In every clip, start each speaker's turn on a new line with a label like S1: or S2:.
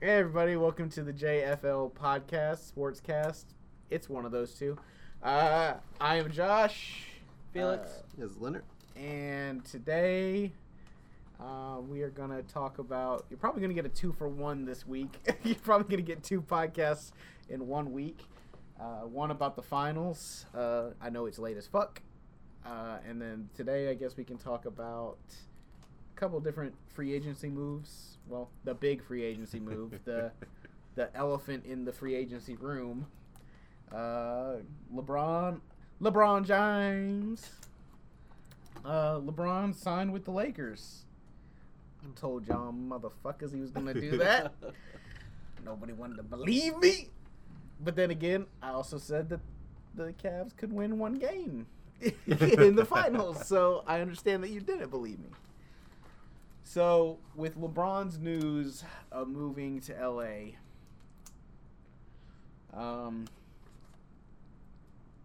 S1: Hey everybody, welcome to the JFL podcast, sportscast. It's one of those two. Uh, I am Josh,
S2: Felix.
S3: Is Leonard?
S1: uh, and today uh, we are gonna talk about. You're probably gonna get a two for one this week. you're probably gonna get two podcasts in one week. Uh, one about the finals. Uh, I know it's late as fuck. Uh, and then today, I guess we can talk about a couple different free agency moves. Well, the big free agency move. the the elephant in the free agency room. Uh, LeBron, LeBron James. Uh, LeBron signed with the Lakers. I told y'all motherfuckers he was gonna do that. Nobody wanted to believe me. But then again, I also said that the Cavs could win one game in the finals, so I understand that you didn't believe me. So, with LeBron's news of moving to LA, um,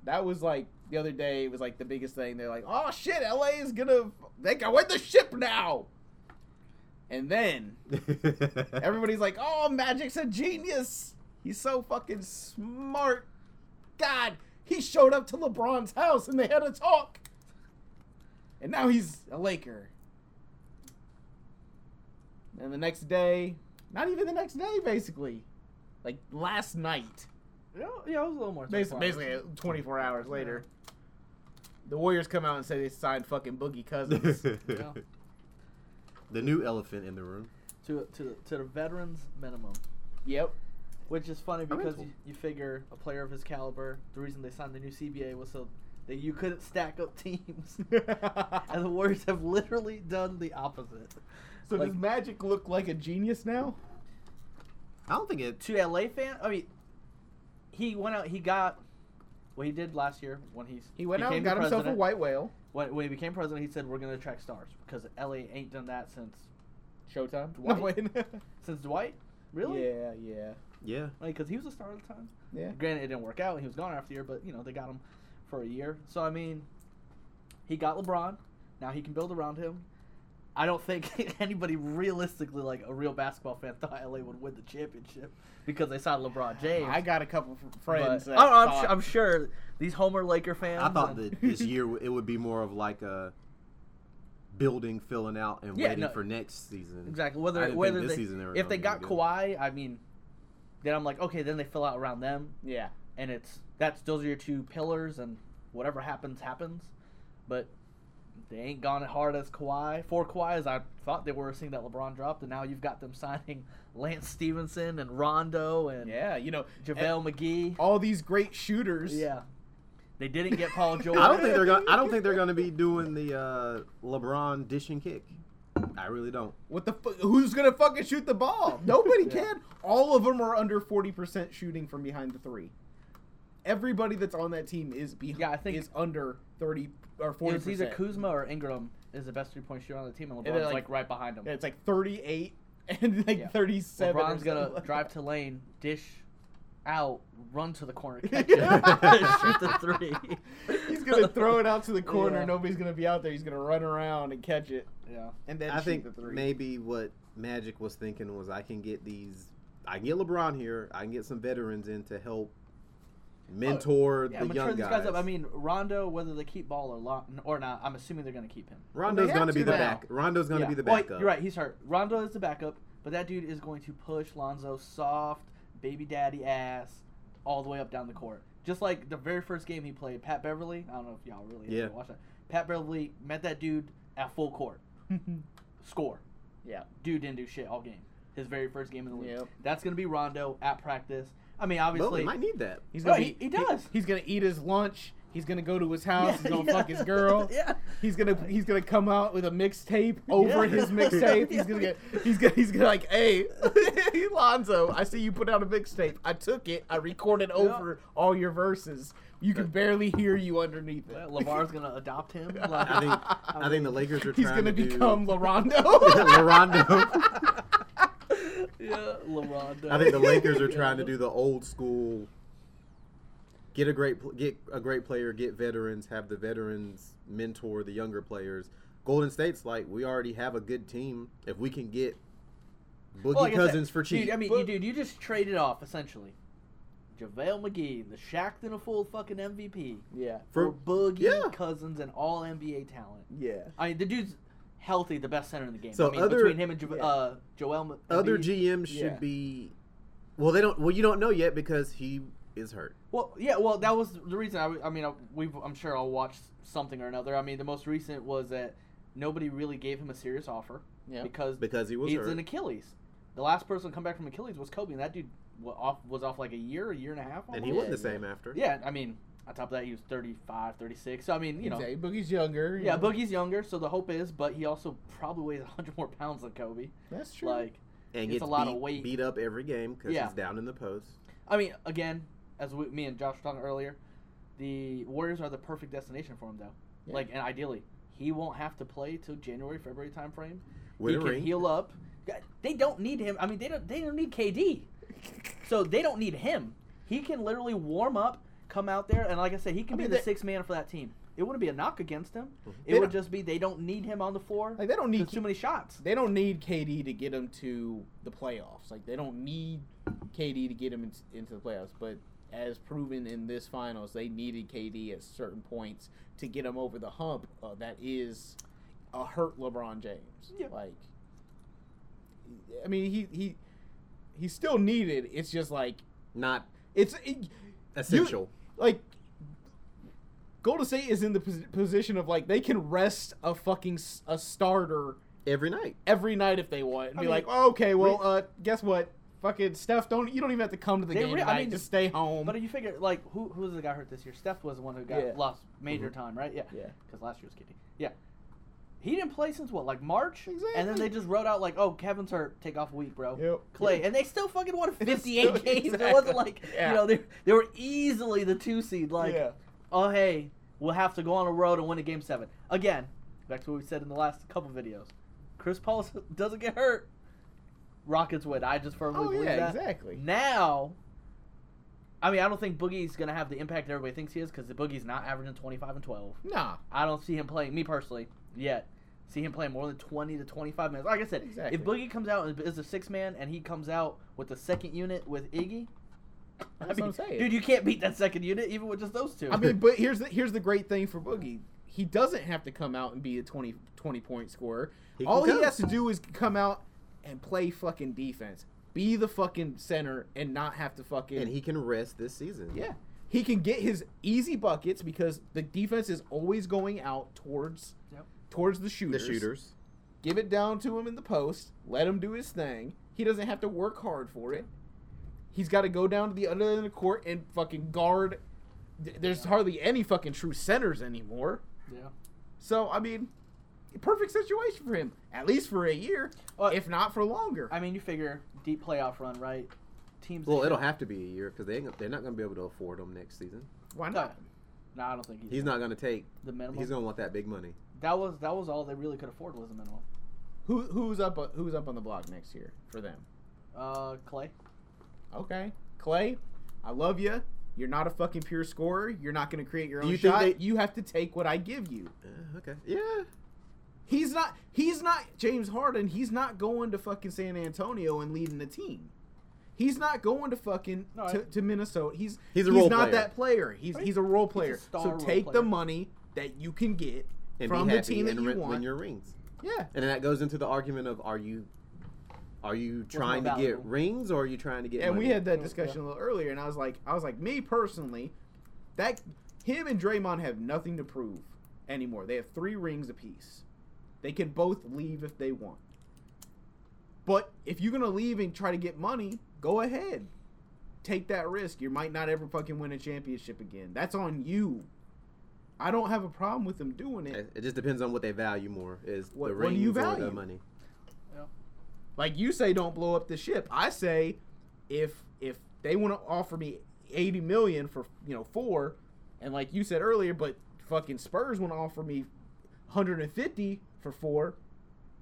S1: that was like the other day. It was like the biggest thing. They're like, "Oh shit, LA is gonna they can win the ship now." And then everybody's like, "Oh, Magic's a genius. He's so fucking smart." God, he showed up to LeBron's house and they had a talk. And now he's a Laker. And the next day, not even the next day, basically, like last night.
S2: Yeah, yeah, it was a little more. than
S1: Basically,
S2: four
S1: basically
S2: hours.
S1: uh, 24 hours later, the Warriors come out and say they signed fucking Boogie Cousins.
S3: The new elephant in the room.
S2: to to the- to the veterans minimum,
S1: yep.
S2: which is funny
S3: mean,
S2: because
S3: cool.
S2: you, you figure a player of his caliber. The reason they signed the new CBA was so that you couldn't stack up teams, and the Warriors have literally done the opposite.
S1: so
S2: like-
S1: does Magic look like a genius now?
S3: I don't think it.
S2: To LA fan, I mean, he went out. He got what he did last year when he
S1: He went out
S2: became
S1: and
S2: the
S1: got himself a
S2: president.
S1: white whale.
S2: When, when he became president, he said we're gonna attract stars because LA ain't done that since
S1: Showtime.
S2: Dwight? since Dwight. Really?
S1: Yeah, yeah,
S3: Yeah.
S2: Like, cause he was a star at the time.
S1: yeah.
S2: Granted, it didn't work out. He was gone after the year, but you know they got him for a year. So I mean, he got LeBron. Now he can build around him. I don't think anybody realistically, like a real basketball fan, thought LA would win the championship because they saw LeBron James.
S1: I got a couple f-
S2: But-
S1: friends.
S2: I
S1: that
S2: don't know, I'm,
S1: thought-
S2: su- I'm sure these Homer Laker fans.
S3: I thought
S2: and-
S3: that this year w- it would be more of like a building filling out and
S2: Yeah,
S3: waiting
S2: no.
S3: for next season.
S2: Exactly.
S3: I
S2: Whether
S3: didn't
S2: whether
S3: think
S2: they,
S3: this season they were
S2: if they
S3: gonna
S2: got
S3: be
S2: Kawhi, I mean, then I'm like, okay, then they fill out around them,
S1: Yeah.
S2: and it's that's those are your two pillars, and whatever happens happens. But they ain't gone as hard as Kawhi for Kawhi as I thought they were, seeing that LeBron dropped, and now you've got them signing Lance Stevenson and Rondo and
S1: Yeah, you know,
S2: JaVale McGee.
S1: all these great shooters.
S2: Yeah, they didn't get Paul George.
S3: I don't think they're gonna. I don't think they're gonna be doing the uh, LeBron dish and kick. I really don't.
S1: What the fuck? Who's gonna fucking shoot the ball? Nobody
S2: Yeah.
S1: can. All of them are under forty percent shooting from behind the three. Everybody that's on that team is behind.
S2: Yeah, I think-
S1: is under thirty or
S2: It
S1: forty
S2: was either
S1: percent.
S2: Kuzma or Ingram is the best three point shooter on the team, and
S1: they're
S2: LeBron's
S1: like-
S2: like, right behind him.
S1: Yeah, it's like thirty-eight and like
S2: Yeah.
S1: thirty-seven. or
S2: LeBron's gonna
S1: something like
S2: drive
S1: that.
S2: to lane, dish out, run to the corner, catch it,
S1: Yeah.
S2: shoot the three.
S1: He's gonna throw it out to the corner.
S2: Yeah.
S1: Nobody's gonna be out there. He's gonna run around and catch it,
S2: Yeah,
S1: and then
S3: I
S1: shoot
S3: think
S1: the three.
S3: maybe what Magic was thinking was I can get these. I can get LeBron here. I can get some veterans in to help
S1: Oh,
S3: mentor
S2: yeah.
S3: the
S2: I'm gonna
S3: young
S2: turn these
S3: guys.
S2: guys up. I mean, Rondo, whether they keep Ball or lo- or not, I'm assuming they're gonna keep him.
S3: Rondo's
S1: They have
S3: gonna be
S1: to
S3: the
S1: now.
S3: back. Rondo's gonna
S2: Yeah.
S3: be the
S2: Well, he-
S3: backup.
S2: you're right. He's hurt. Rondo is the backup, but that dude is going to push Lonzo soft baby daddy ass all the way up down the court. Just like the very first game he played, Pat Beverly. I don't know if y'all really
S3: Yeah.
S2: watched that. Pat Beverly met that dude at full court. Score.
S1: yeah,
S2: dude didn't do shit all game. His very first game in the league.
S1: Yep.
S2: That's gonna be Rondo at practice. I mean,
S3: Well,
S2: obviously,
S3: they might need that.
S1: he's
S2: No,
S1: gonna.
S2: he-
S1: be-
S2: he does.
S1: he's gonna eat his lunch. He's gonna go to his house.
S2: Yeah,
S1: he's gonna
S2: yeah.
S1: fuck his girl.
S2: yeah,
S1: He's gonna he's gonna come out with a mixtape over
S2: Yeah.
S1: his mixtape. He's gonna get he's gonna he's gonna like, hey, Lonzo, I see you put out a mixtape. I took it. I recorded over all your verses. You can barely hear you underneath it.
S2: Well, Lavar's gonna adopt him. Like,
S3: I think I think the Lakers are
S1: he's
S3: trying
S1: gonna
S3: to do-
S1: become Larondo.
S3: LaRondo.
S2: yeah, LaRondo.
S3: I think the Lakers are trying to do the old school. Get a great pl- get a great player, get veterans, have the veterans mentor the younger players. Golden State's like we already have a good team. If we can get Boogie
S2: Well, like I said,
S3: Cousins for cheap.
S2: Dude, I mean,
S1: But-
S2: you, dude, you just traded off essentially. JaVale McGee, the Shaq than a fool fucking MVP
S1: Yeah.
S2: for
S3: for
S2: Boogie
S3: yeah.
S2: Cousins and all NBA talent.
S1: Yeah.
S2: I mean, the dude's healthy, the best center in the game.
S3: So
S2: I mean,
S3: other-
S2: between him and ja-
S1: yeah.
S2: uh, Joel M-
S3: other
S2: Embiid-
S3: GMs should
S1: Yeah.
S3: be. Well, they don't. Well, you don't know yet because he is hurt.
S2: Well, yeah, well, that was the reason. I, w- I mean, I, we've, I'm sure I'll watch something or another. I mean, the most recent was that nobody really gave him a serious offer
S1: Yeah.
S2: because
S3: Because he was
S2: he's
S3: hurt.
S2: an Achilles. The last person to come back from Achilles was Kobe, and that dude was off, was off like a year, a year and a half.
S3: and he
S2: almost.
S3: wasn't the same after.
S2: Yeah, I mean, on top of that, he was 35, 36. So, I mean, you know.
S1: Exactly. Boogie's younger. you
S2: Yeah,
S1: know.
S2: Boogie's younger, so the hope is, but he also probably weighs 100 more pounds than Kobe.
S1: That's true.
S2: Like,
S3: And
S2: It's
S3: gets
S2: a lot
S3: beat,
S2: of weight.
S3: beat up every game because
S2: Yeah.
S3: he's down in the post.
S2: I mean, again, as we, me and Josh were talking earlier, the Warriors are the perfect destination for him, though.
S1: Yeah.
S2: Like, and ideally, he won't have to play till January, February timeframe.
S3: With
S2: he
S3: a
S2: can
S3: ring.
S2: heal up. God, They don't need him. I mean, they don't. They don't need KD, so they don't need him. He can literally warm up, come out there, and like I said, he can
S1: I
S2: be
S1: mean,
S2: the
S1: they- Mm-hmm.
S2: sixth man for that team. It wouldn't be a knock against him. It
S1: They
S2: would
S1: don't-
S2: just be they don't need him on the floor.
S1: Like, they don't need
S2: There's too many shots.
S1: they don't need KD to get him to the playoffs. Like they don't need KD to get him in, into the playoffs. But as proven in this finals, they needed KD at certain points to get him over the hump. Uh, that is a hurt LeBron James.
S2: Yeah.
S1: Like, I mean, he he he's still needed. It's just like
S3: Not
S1: it's it-
S3: essential.
S1: like Golden State is in the pos- position of like they can rest a fucking s- a starter
S3: every night.
S1: every night if they want and
S2: I
S1: be
S2: mean,
S1: like, oh, okay, well,
S2: we-
S1: uh, guess what? Fucking Steph, don't you don't even have to come to the
S2: They
S1: game
S2: re- I
S1: tonight.
S2: mean,
S1: just stay home.
S2: But you figure, like, who who was the guy hurt this year? Steph was the one who got
S1: Yeah.
S2: lost major
S1: Mm-hmm.
S2: time, right? Yeah.
S1: Yeah.
S2: Because last year was KD. Yeah. He didn't play since what, like March? And then
S1: Exactly.
S2: they just wrote out like, "Oh, Kevin's hurt. Take off a week, bro."
S1: Yep.
S2: Clay, and they still fucking won
S1: It's
S2: 58
S1: still-
S2: games. It
S1: exactly.
S2: wasn't like
S1: Yeah.
S2: you know they they were easily the two seed. Like,
S1: Yeah.
S2: oh hey, we'll have to go on a road and win a game seven again. Back to what we said in the last couple videos. Chris Paul s- doesn't get hurt. Rockets win. I just firmly
S1: oh
S2: believe
S1: yeah,
S2: that.
S1: exactly.
S2: Now, I mean, I don't think Boogie's gonna have the impact that everybody thinks he is because the Boogie's not averaging twenty five and twelve.
S1: Nah,
S2: I don't see him playing. Me personally, yet see him playing more than twenty to twenty five minutes. Like I said,
S1: Exactly.
S2: if Boogie comes out and is a six man and he comes out with the second unit with Iggy, I
S1: That's what
S2: mean,
S1: I'm saying.
S2: dude, you can't beat that second unit even with just those two.
S1: I mean, but here's the here's the great thing for Boogie. He doesn't have to come out and be a 20, 20 point scorer.
S3: He can
S1: All he
S3: come.
S1: has to do is come out and play fucking defense. Be the fucking center and not have to fucking
S3: And he can rest this season.
S1: Yeah. He can get his easy buckets because the defense is always going out towards
S2: Yep.
S1: towards the shooters.
S3: The shooters.
S1: Give it down to him in the post. Let him do his thing. He doesn't have to work hard for it. He's got to go down to the other end of the court and fucking guard. Th- There's hardly any fucking true centers anymore.
S2: yeah.
S1: So I mean, perfect situation for him at least for a year,
S2: Well,
S1: if not for longer.
S2: I mean, you figure deep playoff run, right? Teams. that
S3: Well, it'll
S2: should-
S3: have to be a year because they ain't, they're not going to be able to afford him next season.
S1: Why
S2: No,
S1: not?
S2: no, I don't think he's,
S3: He's not going to take.
S2: the minimum.
S3: He's going to want that big money.
S2: that was that was all they really could afford was the minimum.
S1: Who who's up who's up on the block next year for them?
S2: Uh, Clay.
S1: Okay, Clay, I love you. You're not a fucking pure scorer. You're not going to create your
S3: Do
S1: own
S3: you think
S1: shot.
S3: they-
S1: You have to take what I give you.
S3: Uh, okay. Yeah.
S1: He's not. He's not James Harden. He's not going to fucking San Antonio and leading the team. He's not going to fucking
S2: No, I-
S1: to, to Minnesota. He's
S3: He's a role
S1: not
S3: player.
S1: that player. He's
S2: Right.
S1: he's a role
S2: a
S1: player.
S2: star
S1: so
S2: role
S1: take
S2: player.
S1: the money that you can get
S3: And
S1: from
S3: be
S1: the
S3: happy
S1: team that
S3: and
S1: you
S3: ri-
S1: want.
S3: win your rings.
S1: yeah,
S3: And then that goes into the argument of are you are you
S2: more
S3: trying to get
S2: valuable?
S3: rings or are you trying to get
S1: and we
S3: money? Oh,
S1: had that
S2: Yeah.
S1: discussion a little earlier, and I was like, I was like, me personally, that him and Draymond have nothing to prove anymore. They have three rings apiece. They can both leave if they want. But if you're gonna leave and try to get money, go ahead, take that risk. You might not ever fucking win a championship again. That's on you. I don't have a problem with them doing it.
S3: It it just depends on what they value more is
S1: What-
S3: the
S1: what do
S3: rings
S1: you
S3: or
S1: value?
S3: the money.
S1: Like you say, don't blow up the ship. I say, if if they want to offer me eighty million for you know four, and like you said earlier, but fucking Spurs want to offer me hundred and fifty for four.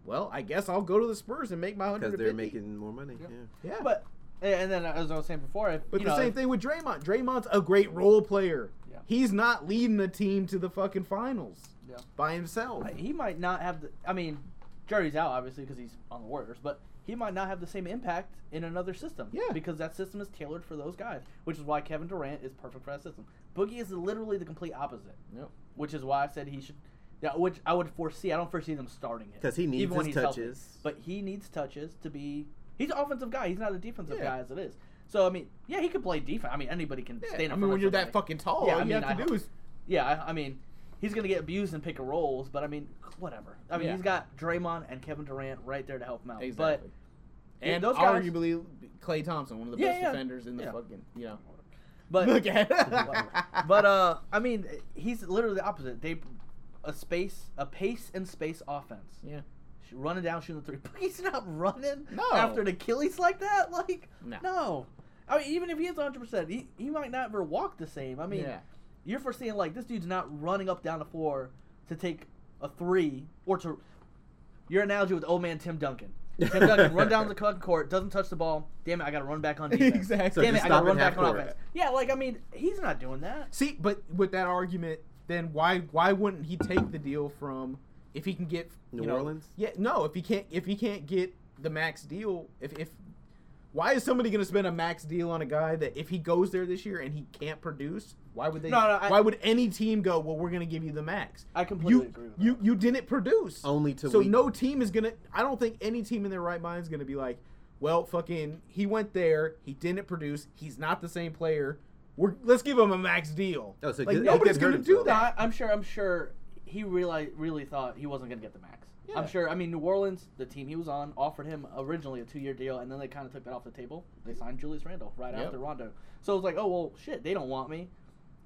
S1: Well, I guess I'll go to the Spurs and make my hundred
S3: Because
S1: and
S3: they're
S1: fifty.
S3: making more money.
S2: Yep.
S3: Yeah.
S1: Yeah, but,
S2: But and then as I was saying before, if, you
S1: the
S2: know,
S1: same
S2: if-
S1: thing with Draymond. Draymond's a great role player.
S2: Yeah.
S1: He's not leading the team to the fucking finals
S2: Yeah.
S1: by himself.
S2: He might not have the. I mean, Jerry's out obviously because he's on the Warriors, but he might not have the same impact in another system.
S1: Yeah.
S2: Because that system is tailored for those guys, which is why Kevin Durant is perfect for that system. Boogie is literally the complete opposite,
S1: Yep.
S2: which is why I said he should. Yeah, which I would foresee. I don't foresee them starting it
S3: because he needs
S2: even when
S3: his
S2: he's healthy.
S3: touches.
S2: but he needs touches to be. He's an offensive guy. He's not a defensive
S1: Yeah.
S2: guy as it is. So I mean, yeah, he could play defense. I mean, anybody can
S1: Yeah,
S2: stand. in
S1: I
S2: front
S1: mean,
S2: of
S1: when you're that
S2: somebody.
S1: fucking tall,
S2: Yeah,
S1: all
S2: I
S1: you
S2: mean,
S1: have to
S2: I-
S1: do is
S2: Yeah, I, I mean, he's gonna get abused in pick and rolls, but I mean, whatever. I mean,
S1: Yeah.
S2: he's got Draymond and Kevin Durant right there to help him out.
S1: exactly.
S2: yeah,
S1: and
S2: those guys-
S1: arguably Clay Thompson, one of the
S2: Yeah,
S1: best
S2: yeah.
S1: defenders in the
S2: Yeah.
S1: fucking you know.
S2: But
S1: Look
S2: but
S1: at
S2: but uh, I mean, he's literally the opposite. They a space, a pace and space offense.
S1: yeah,
S2: Sh- Running down, shooting the three. He's not running
S1: No.
S2: after an Achilles like that. Like
S1: No.
S2: no. I mean, even if he is 100%, he, he might not ever walk the same. I mean,
S1: yeah,
S2: you're foreseeing like this dude's not running up down the floor to take a three or to your analogy with old man Tim Duncan. Tim Duncan run down the fucking court, doesn't touch the ball. Damn it, I gotta run back on defense.
S1: exactly.
S3: So
S2: Damn it,
S3: just
S2: I gotta
S3: stop
S2: run
S3: at half
S2: back on
S3: court.
S2: offense. Yeah, like I mean, he's not doing that.
S1: See, but with that argument, then why why wouldn't he take the deal from if he can get you
S3: New
S1: know-
S3: Orleans?
S1: Yeah, no, if he can't if he can't get the max deal, if if why is somebody going to spend a max deal on a guy that if he goes there this year and he can't produce, why would they?
S2: No, no, I-
S1: why would any team go? Well, we're going to give you the max.
S2: I completely
S1: you,
S2: agree with
S1: you you didn't produce
S3: Only to
S1: so
S3: weak-
S1: no team is gonna. I don't think any team in their right mind is gonna be like, well, fucking, he went there, he didn't produce, he's not the same player. We're let's give him a max deal.
S3: Oh, so
S1: like
S3: he- he
S1: nobody's
S3: couldn't
S1: gonna
S3: hurt
S1: do
S3: himself.
S2: No,
S1: that.
S2: I, I'm sure. I'm sure he really, really thought he wasn't gonna get the max.
S1: Yeah.
S2: I'm sure. I mean, New Orleans, the team he was on, offered him originally a two-year deal, and then they kind of took that off the table. They signed Julius Randle right
S1: Yep.
S2: after Rondo. So it was like, oh well, shit, they don't want me.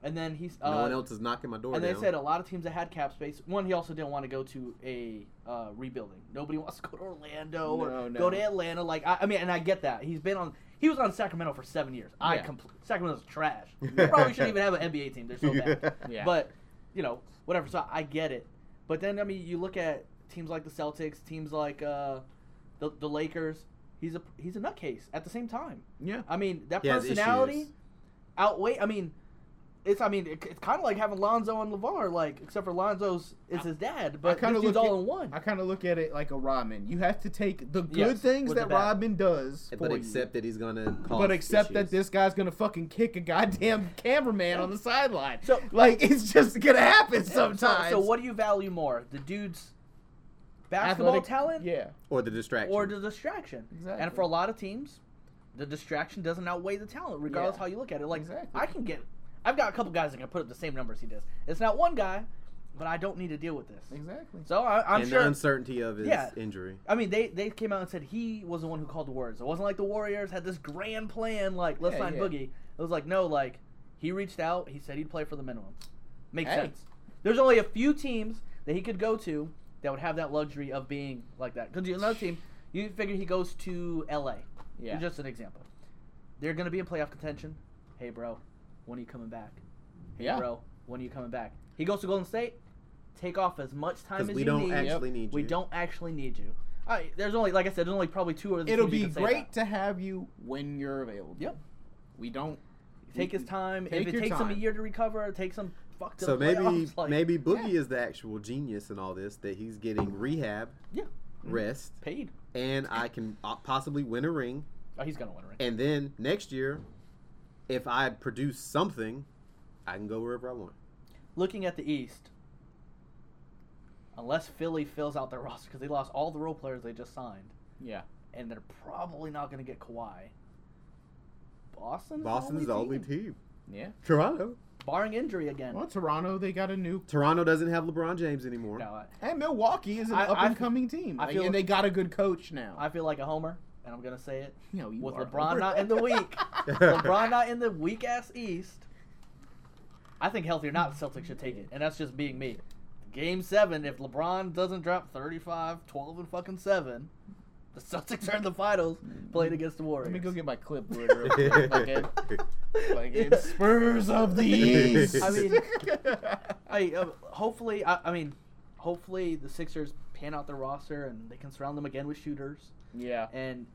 S2: And then he's uh,
S3: no one else is knocking my door
S2: and
S3: down.
S2: they
S1: oh,
S2: said a lot of teams that had cap space. One, he also didn't want to go to a uh, rebuilding. Nobody wants to go to Orlando or
S1: No, no.
S2: go to Atlanta. Like I, I mean, and I get that. He's been on. He was on Sacramento for seven years. I
S1: Yeah.
S2: compl- Sacramento's trash. They probably shouldn't even have an NBA team. They're so bad.
S1: Yeah.
S2: But you know, whatever. So I get it. But then I mean, you look at teams like the Celtics, teams like uh, the the Lakers. He's a he's a nutcase. At the same time,
S1: yeah,
S2: I mean that
S3: He has
S2: personality
S3: issues.
S2: outweigh. I mean, it's I mean it, it's kind of like having Lonzo and Levar. Like except for Lonzo's is his dad, but
S1: kinda
S2: this dude's
S1: look
S2: all
S1: at-
S2: in one.
S1: I kind of look at it like a ramen. You have to take the good
S2: Yes,
S1: things
S2: with the
S1: that
S2: bad.
S1: ramen does,
S3: but
S1: for
S3: accept
S1: you,
S3: that he's gonna. Cause
S1: but accept that
S3: issues.
S1: this guy's gonna fucking kick a goddamn cameraman on the sideline.
S2: So-
S1: like it's just gonna happen sometimes.
S2: So, so what do you value more, the dude's basketball
S1: Athletic-
S2: talent
S1: Yeah,
S3: or the distraction
S2: or the distraction?
S1: Exactly.
S2: And for a lot of teams, the distraction doesn't outweigh the talent, regardless
S1: Yeah.
S2: how you look at it. Like
S1: Exactly.
S2: I can get, I've got a couple guys that can put up the same numbers he does. It's not one guy, but I don't need to deal with this.
S1: exactly.
S2: So I, I'm
S3: and
S2: sure
S3: the uncertainty of his
S2: Yeah.
S3: injury.
S2: I mean, they, they came out and said he was the one who called the words. It wasn't like the Warriors had this grand plan, like let's
S1: Yeah,
S2: sign
S1: yeah.
S2: Boogie. It was like no, like he reached out. He said he'd play for the minimum. Makes
S1: Hey.
S2: sense. There's only a few teams that he could go to that would have that luxury of being like that. Because another team, you figure he goes to L.A.
S1: Yeah.
S2: Just an example. They're gonna be in playoff contention. Hey, bro, when are you coming back? Hey,
S1: Yeah.
S2: bro, when are you coming back? He goes to Golden State. Take off as much time as
S3: Because we
S2: you
S3: don't
S2: need.
S3: actually need
S2: We
S3: you.
S2: don't actually need you. I, there's only, like I said, there's only probably two or the
S1: It'll
S2: teams you
S1: be
S2: can say
S1: great
S2: that.
S1: to have you when you're available.
S2: Yep.
S1: We don't.
S2: Take his time.
S1: Take
S2: if
S1: your
S2: it takes him
S1: time.
S2: a year to recover, it takes him fuck to
S3: So
S2: the
S3: maybe
S2: playoffs, like,
S3: maybe Boogie is the actual genius in all this that he's getting rehab,
S2: Yeah. Mm-hmm.
S3: rest,
S2: paid.
S3: and I can uh, possibly win a ring.
S2: Oh, he's gonna win a ring.
S3: And then next year, if I produce something, I can go wherever I want.
S2: Looking at the East, unless Philly fills out their roster because they lost all the role players they just signed,
S1: Yeah.
S2: and they're probably not gonna get Kawhi. Boston's
S3: Boston's
S2: the only, team.
S3: team.
S1: Yeah.
S3: Toronto.
S2: barring injury again.
S1: Well, Toronto, they got a new.
S3: Toronto doesn't have LeBron James anymore.
S2: No, I,
S1: And Milwaukee is an
S2: I- I-
S1: up and coming team.
S2: I
S1: Like,
S2: feel-
S1: and they got a good coach now.
S2: I feel like a homer, and I'm gonna say it.
S1: you know, you
S2: with
S1: are
S2: LeBron
S1: over-
S2: not in the week, LeBron not in the weak ass East. I think healthy or not, the Celtics should take it, and that's just being me. Game seven, if LeBron doesn't drop 35, 12, and fucking seven, the Celtics are in the finals playing against the Warriors.
S1: Let me go get my clipboard. Real quick. Like, it, like it's
S2: Yeah.
S1: Spurs of the East.
S2: I mean, I uh, hopefully, I, I mean, hopefully the Sixers pan out their roster and they can surround them again with shooters.
S1: yeah.
S2: and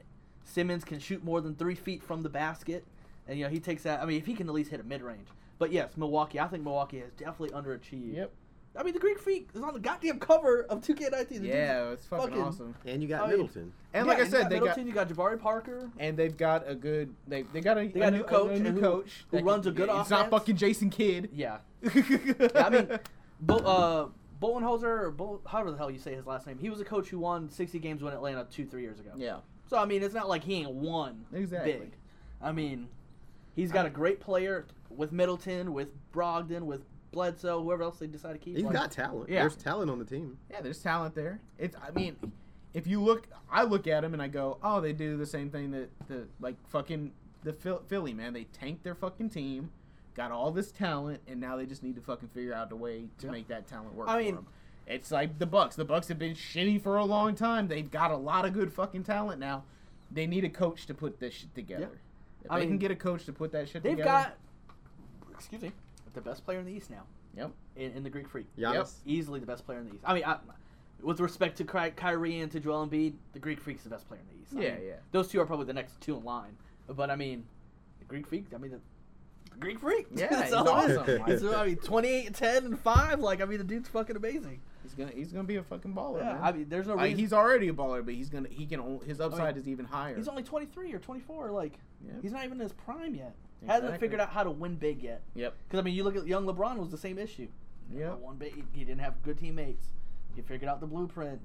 S2: Simmons can shoot more than three feet from the basket. And you know he takes that. I mean, if he can at least hit a mid range. But yes, Milwaukee. I think Milwaukee has definitely underachieved
S1: Yep.
S2: I mean, the Greek Freak is on the goddamn cover of 2K19. The dude's-
S1: Yeah, it's fucking,
S2: fucking-
S1: awesome.
S3: And you
S2: I
S3: got
S2: mean-
S3: Middleton.
S1: And
S2: Oh, Yeah,
S1: like I said,
S2: you got
S1: they got
S2: Middleton, you got Jabari Parker.
S1: and they've got a good they they got a,
S2: They got a new coach
S1: a new
S2: and who-
S1: coach
S2: who
S1: that
S2: runs a good
S1: It's not
S2: offense.
S1: fucking Jason Kidd.
S2: Yeah, I mean, Bo, uh, Bowenhoser or Bo, however the hell you say his last name, he was a coach who won 60 games when Atlanta two three years ago.
S1: yeah,
S2: So I mean, it's not like he ain't won
S1: Exactly.
S2: big. I mean, he's got a great player with Middleton, with Brogdon, with Bledsoe, whoever else they decide to keep.
S3: He's
S2: Like,
S3: got talent.
S1: Yeah.
S3: There's talent on the team.
S1: yeah. There's talent there. It's I mean, if you look, I look at them and I go, oh, they do the same thing that the like fucking the Phil- Philly man. They tanked their fucking team, got all this talent, and now they just need to fucking figure out a way to
S2: Yeah.
S1: make that talent work.
S2: I
S1: for
S2: mean-
S1: them. It's like the Bucks. The Bucks have been shitty for a long time. They've got a lot of good fucking talent now. They need a coach to put this shit together. If
S2: I
S1: they can
S2: mean,
S1: get a coach to put that shit
S2: They've
S1: together.
S2: got, excuse me, the best player in the East now.
S1: Yep.
S2: In, in the Greek Freak,
S3: Giannis.
S2: easily the best player in the East. I mean, I, with respect to Ky- Kyrie and to Joel Embiid, the Greek Freak's the best player in the East. I
S1: Yeah,
S2: mean,
S1: yeah.
S2: Those two are probably the next two in line. But I mean, the Greek Freak. I mean, the, the Greek Freak.
S1: Yeah,
S2: That's
S1: he's
S2: all it is.
S1: awesome.
S2: It's, I mean, 28, 10, and 5. Like, I mean, the dude's fucking amazing.
S1: He's gonna he's gonna be a fucking baller.
S2: Yeah,
S1: Oh, man.
S2: I mean, there's no
S1: Like,
S2: reason. Oh,
S1: he's already a baller, but he's gonna he can o- his upside is even higher.
S2: he's only 23 or 24. Like,
S1: Yep.
S2: he's not even in his prime yet.
S1: Exactly.
S2: Hasn't figured out how to win big yet.
S1: Yep.
S2: Because I mean, you look at young LeBron was the same issue.
S1: Yeah.
S2: One big, he didn't have good teammates. He figured out the blueprint.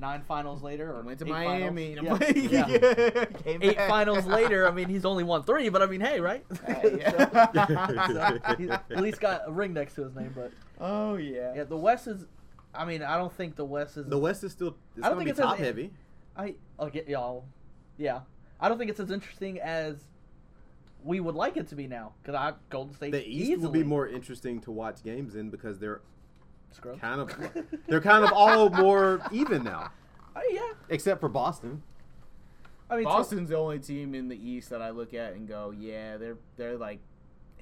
S2: Nine finals later, or
S1: I went to
S2: eight
S1: Miami.
S2: finals-
S1: and
S2: yeah, yeah.
S1: played- Came
S2: Eight
S1: back.
S2: finals later, I mean, he's only won three, but I mean, hey, right?
S1: Hey.
S2: so, so he's at least got a ring next to his name, but
S1: oh yeah.
S2: yeah, the West is. I mean, I don't think the West is.
S3: The West is still it's
S2: I don't
S3: gonna
S2: think
S3: be
S2: it's as-
S3: top heavy.
S2: I I'll get y'all. Yeah, I don't think it's as interesting as we would like it to be now. Because I Golden State
S3: The East
S2: easily
S3: will be more interesting to watch games in because they're
S2: Scrubs.
S3: kind of they're kind of all more even now,
S2: I mean, yeah,
S3: except for Boston.
S2: I mean, so-
S1: Boston's the only team in the East that I look at and go, yeah, they're they're like,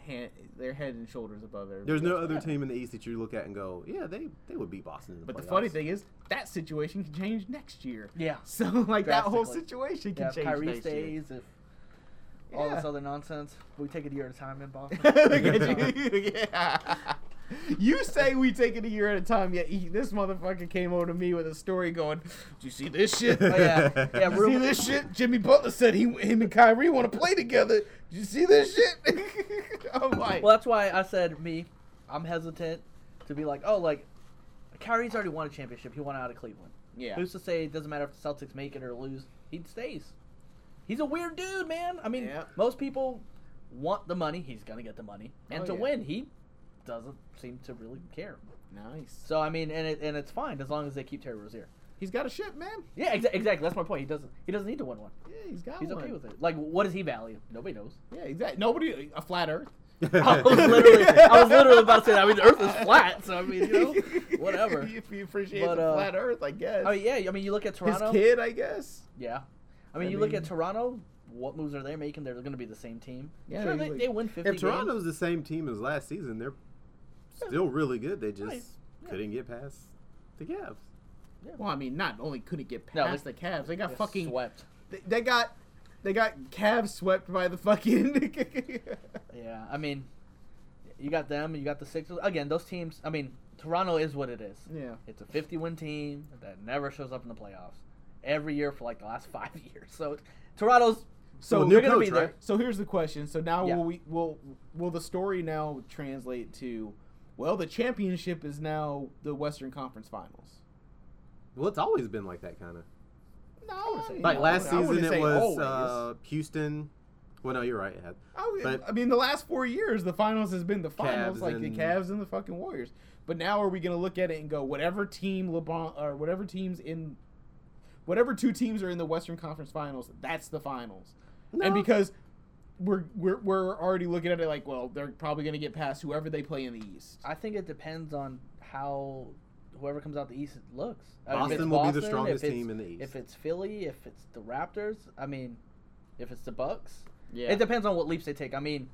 S1: hand, they're head and shoulders above everybody.
S3: There's no
S1: else.
S3: other team in the East that you look at and go, yeah, they they would beat Boston. In the
S1: But the
S3: playoffs."
S1: funny thing is, that situation can change next year.
S2: Yeah.
S1: So like that whole
S2: Drastically.
S1: situation can
S2: Yeah, if
S1: change
S2: Kyrie
S1: next year.
S2: stays, if all this
S1: Yeah.
S2: other nonsense, we take it a year at a time in Boston.
S1: Look at you. yeah. You say we take it a year at a time, yet he, this motherfucker came over to me with a story going, "Do you see this shit?
S2: Oh, yeah, yeah.
S1: Did you see
S2: rumor-
S1: this shit? Jimmy Butler said he, him and Kyrie want to play together. Did you see this shit? I'm like,
S2: Well, that's why I said me. I'm hesitant to be like, oh, like Kyrie's already won a championship. He won out of Cleveland.
S1: yeah,
S2: Who's to say it doesn't matter if the Celtics make it or lose? He stays. He's a weird dude, man. I mean,
S1: Yeah.
S2: most people want the money. He's gonna get the money, and
S1: Oh,
S2: to
S1: yeah.
S2: win, he doesn't seem to really care.
S1: nice.
S2: So I mean, and it, and it's fine as long as they keep Terry Rozier.
S1: He's got a ship, man.
S2: Yeah, exa- exactly. That's my point. He doesn't. He doesn't need to win one.
S1: Yeah, he's got
S2: He's
S1: one.
S2: okay with it. Like, what does he value? Nobody knows.
S1: Yeah, exactly. Nobody, a flat Earth.
S2: I was literally, I was literally about to say that. I mean, the Earth is flat, so I mean, you know, whatever.
S1: if he appreciates
S2: But,
S1: a
S2: uh,
S1: flat Earth, I guess.
S2: I mean, yeah. I mean, you look at
S1: His
S2: Toronto.
S1: kid, I guess.
S2: Yeah. I mean,
S1: I
S2: you look
S1: mean-
S2: at Toronto. What moves are they making? They're going to be the same team.
S1: Yeah,
S2: sure,
S1: they-
S2: they, they win fifty.
S3: if Toronto's the same team as last season, they're still really good. They just
S2: Right. Yeah.
S3: couldn't get past the Cavs.
S1: Well, I mean, not only could it get
S2: No,
S1: past the Cavs, they got
S2: games.
S1: fucking
S2: swept.
S1: they, they got they got Cavs swept by the fucking.
S2: Yeah, I mean, you got them. You got the Sixers. Again, those teams. I mean, Toronto is what it is.
S1: yeah,
S2: It's a fifty-win team that never shows up in the playoffs every year for like the last five years. So Toronto's.
S1: So
S3: Well,
S2: they're
S3: new
S2: going to
S3: coach,
S2: be there.
S3: right?
S1: So here's the question. So now
S2: Yeah.
S1: will we will will the story now translate to well the championship is now the Western Conference Finals.
S3: Well, it's always been like that kind of.
S1: No,
S2: wouldn't
S1: I
S2: say-
S1: mean,
S3: Like
S1: I
S3: last
S1: wouldn't- I
S3: season,
S1: wouldn't
S3: it
S1: say
S3: was
S1: always.
S3: uh, Houston. Well, no, you're right. It had
S1: I, would-
S3: but-
S1: Oh, I mean, the last four years, the finals has been the finals,
S3: Cavs
S1: like the
S3: and-
S1: Cavs and the fucking Warriors. But now, are we going to look at it and go, whatever team LeBron or whatever teams in, whatever two teams are in the Western Conference Finals, that's the finals.
S3: No.
S1: And because we're, we're we're already looking at it like, well, they're probably going to get past whoever they play in the East.
S2: I think it depends on how whoever comes out the East looks. I mean, if
S3: Boston
S2: it's
S3: will be
S2: Boston,
S3: the
S2: if
S3: strongest
S2: it's-
S3: team in the East.
S2: If it's Philly, if it's the Raptors, I mean, if it's the Bucks,
S1: yeah,
S2: it depends on what leaps they take. I mean,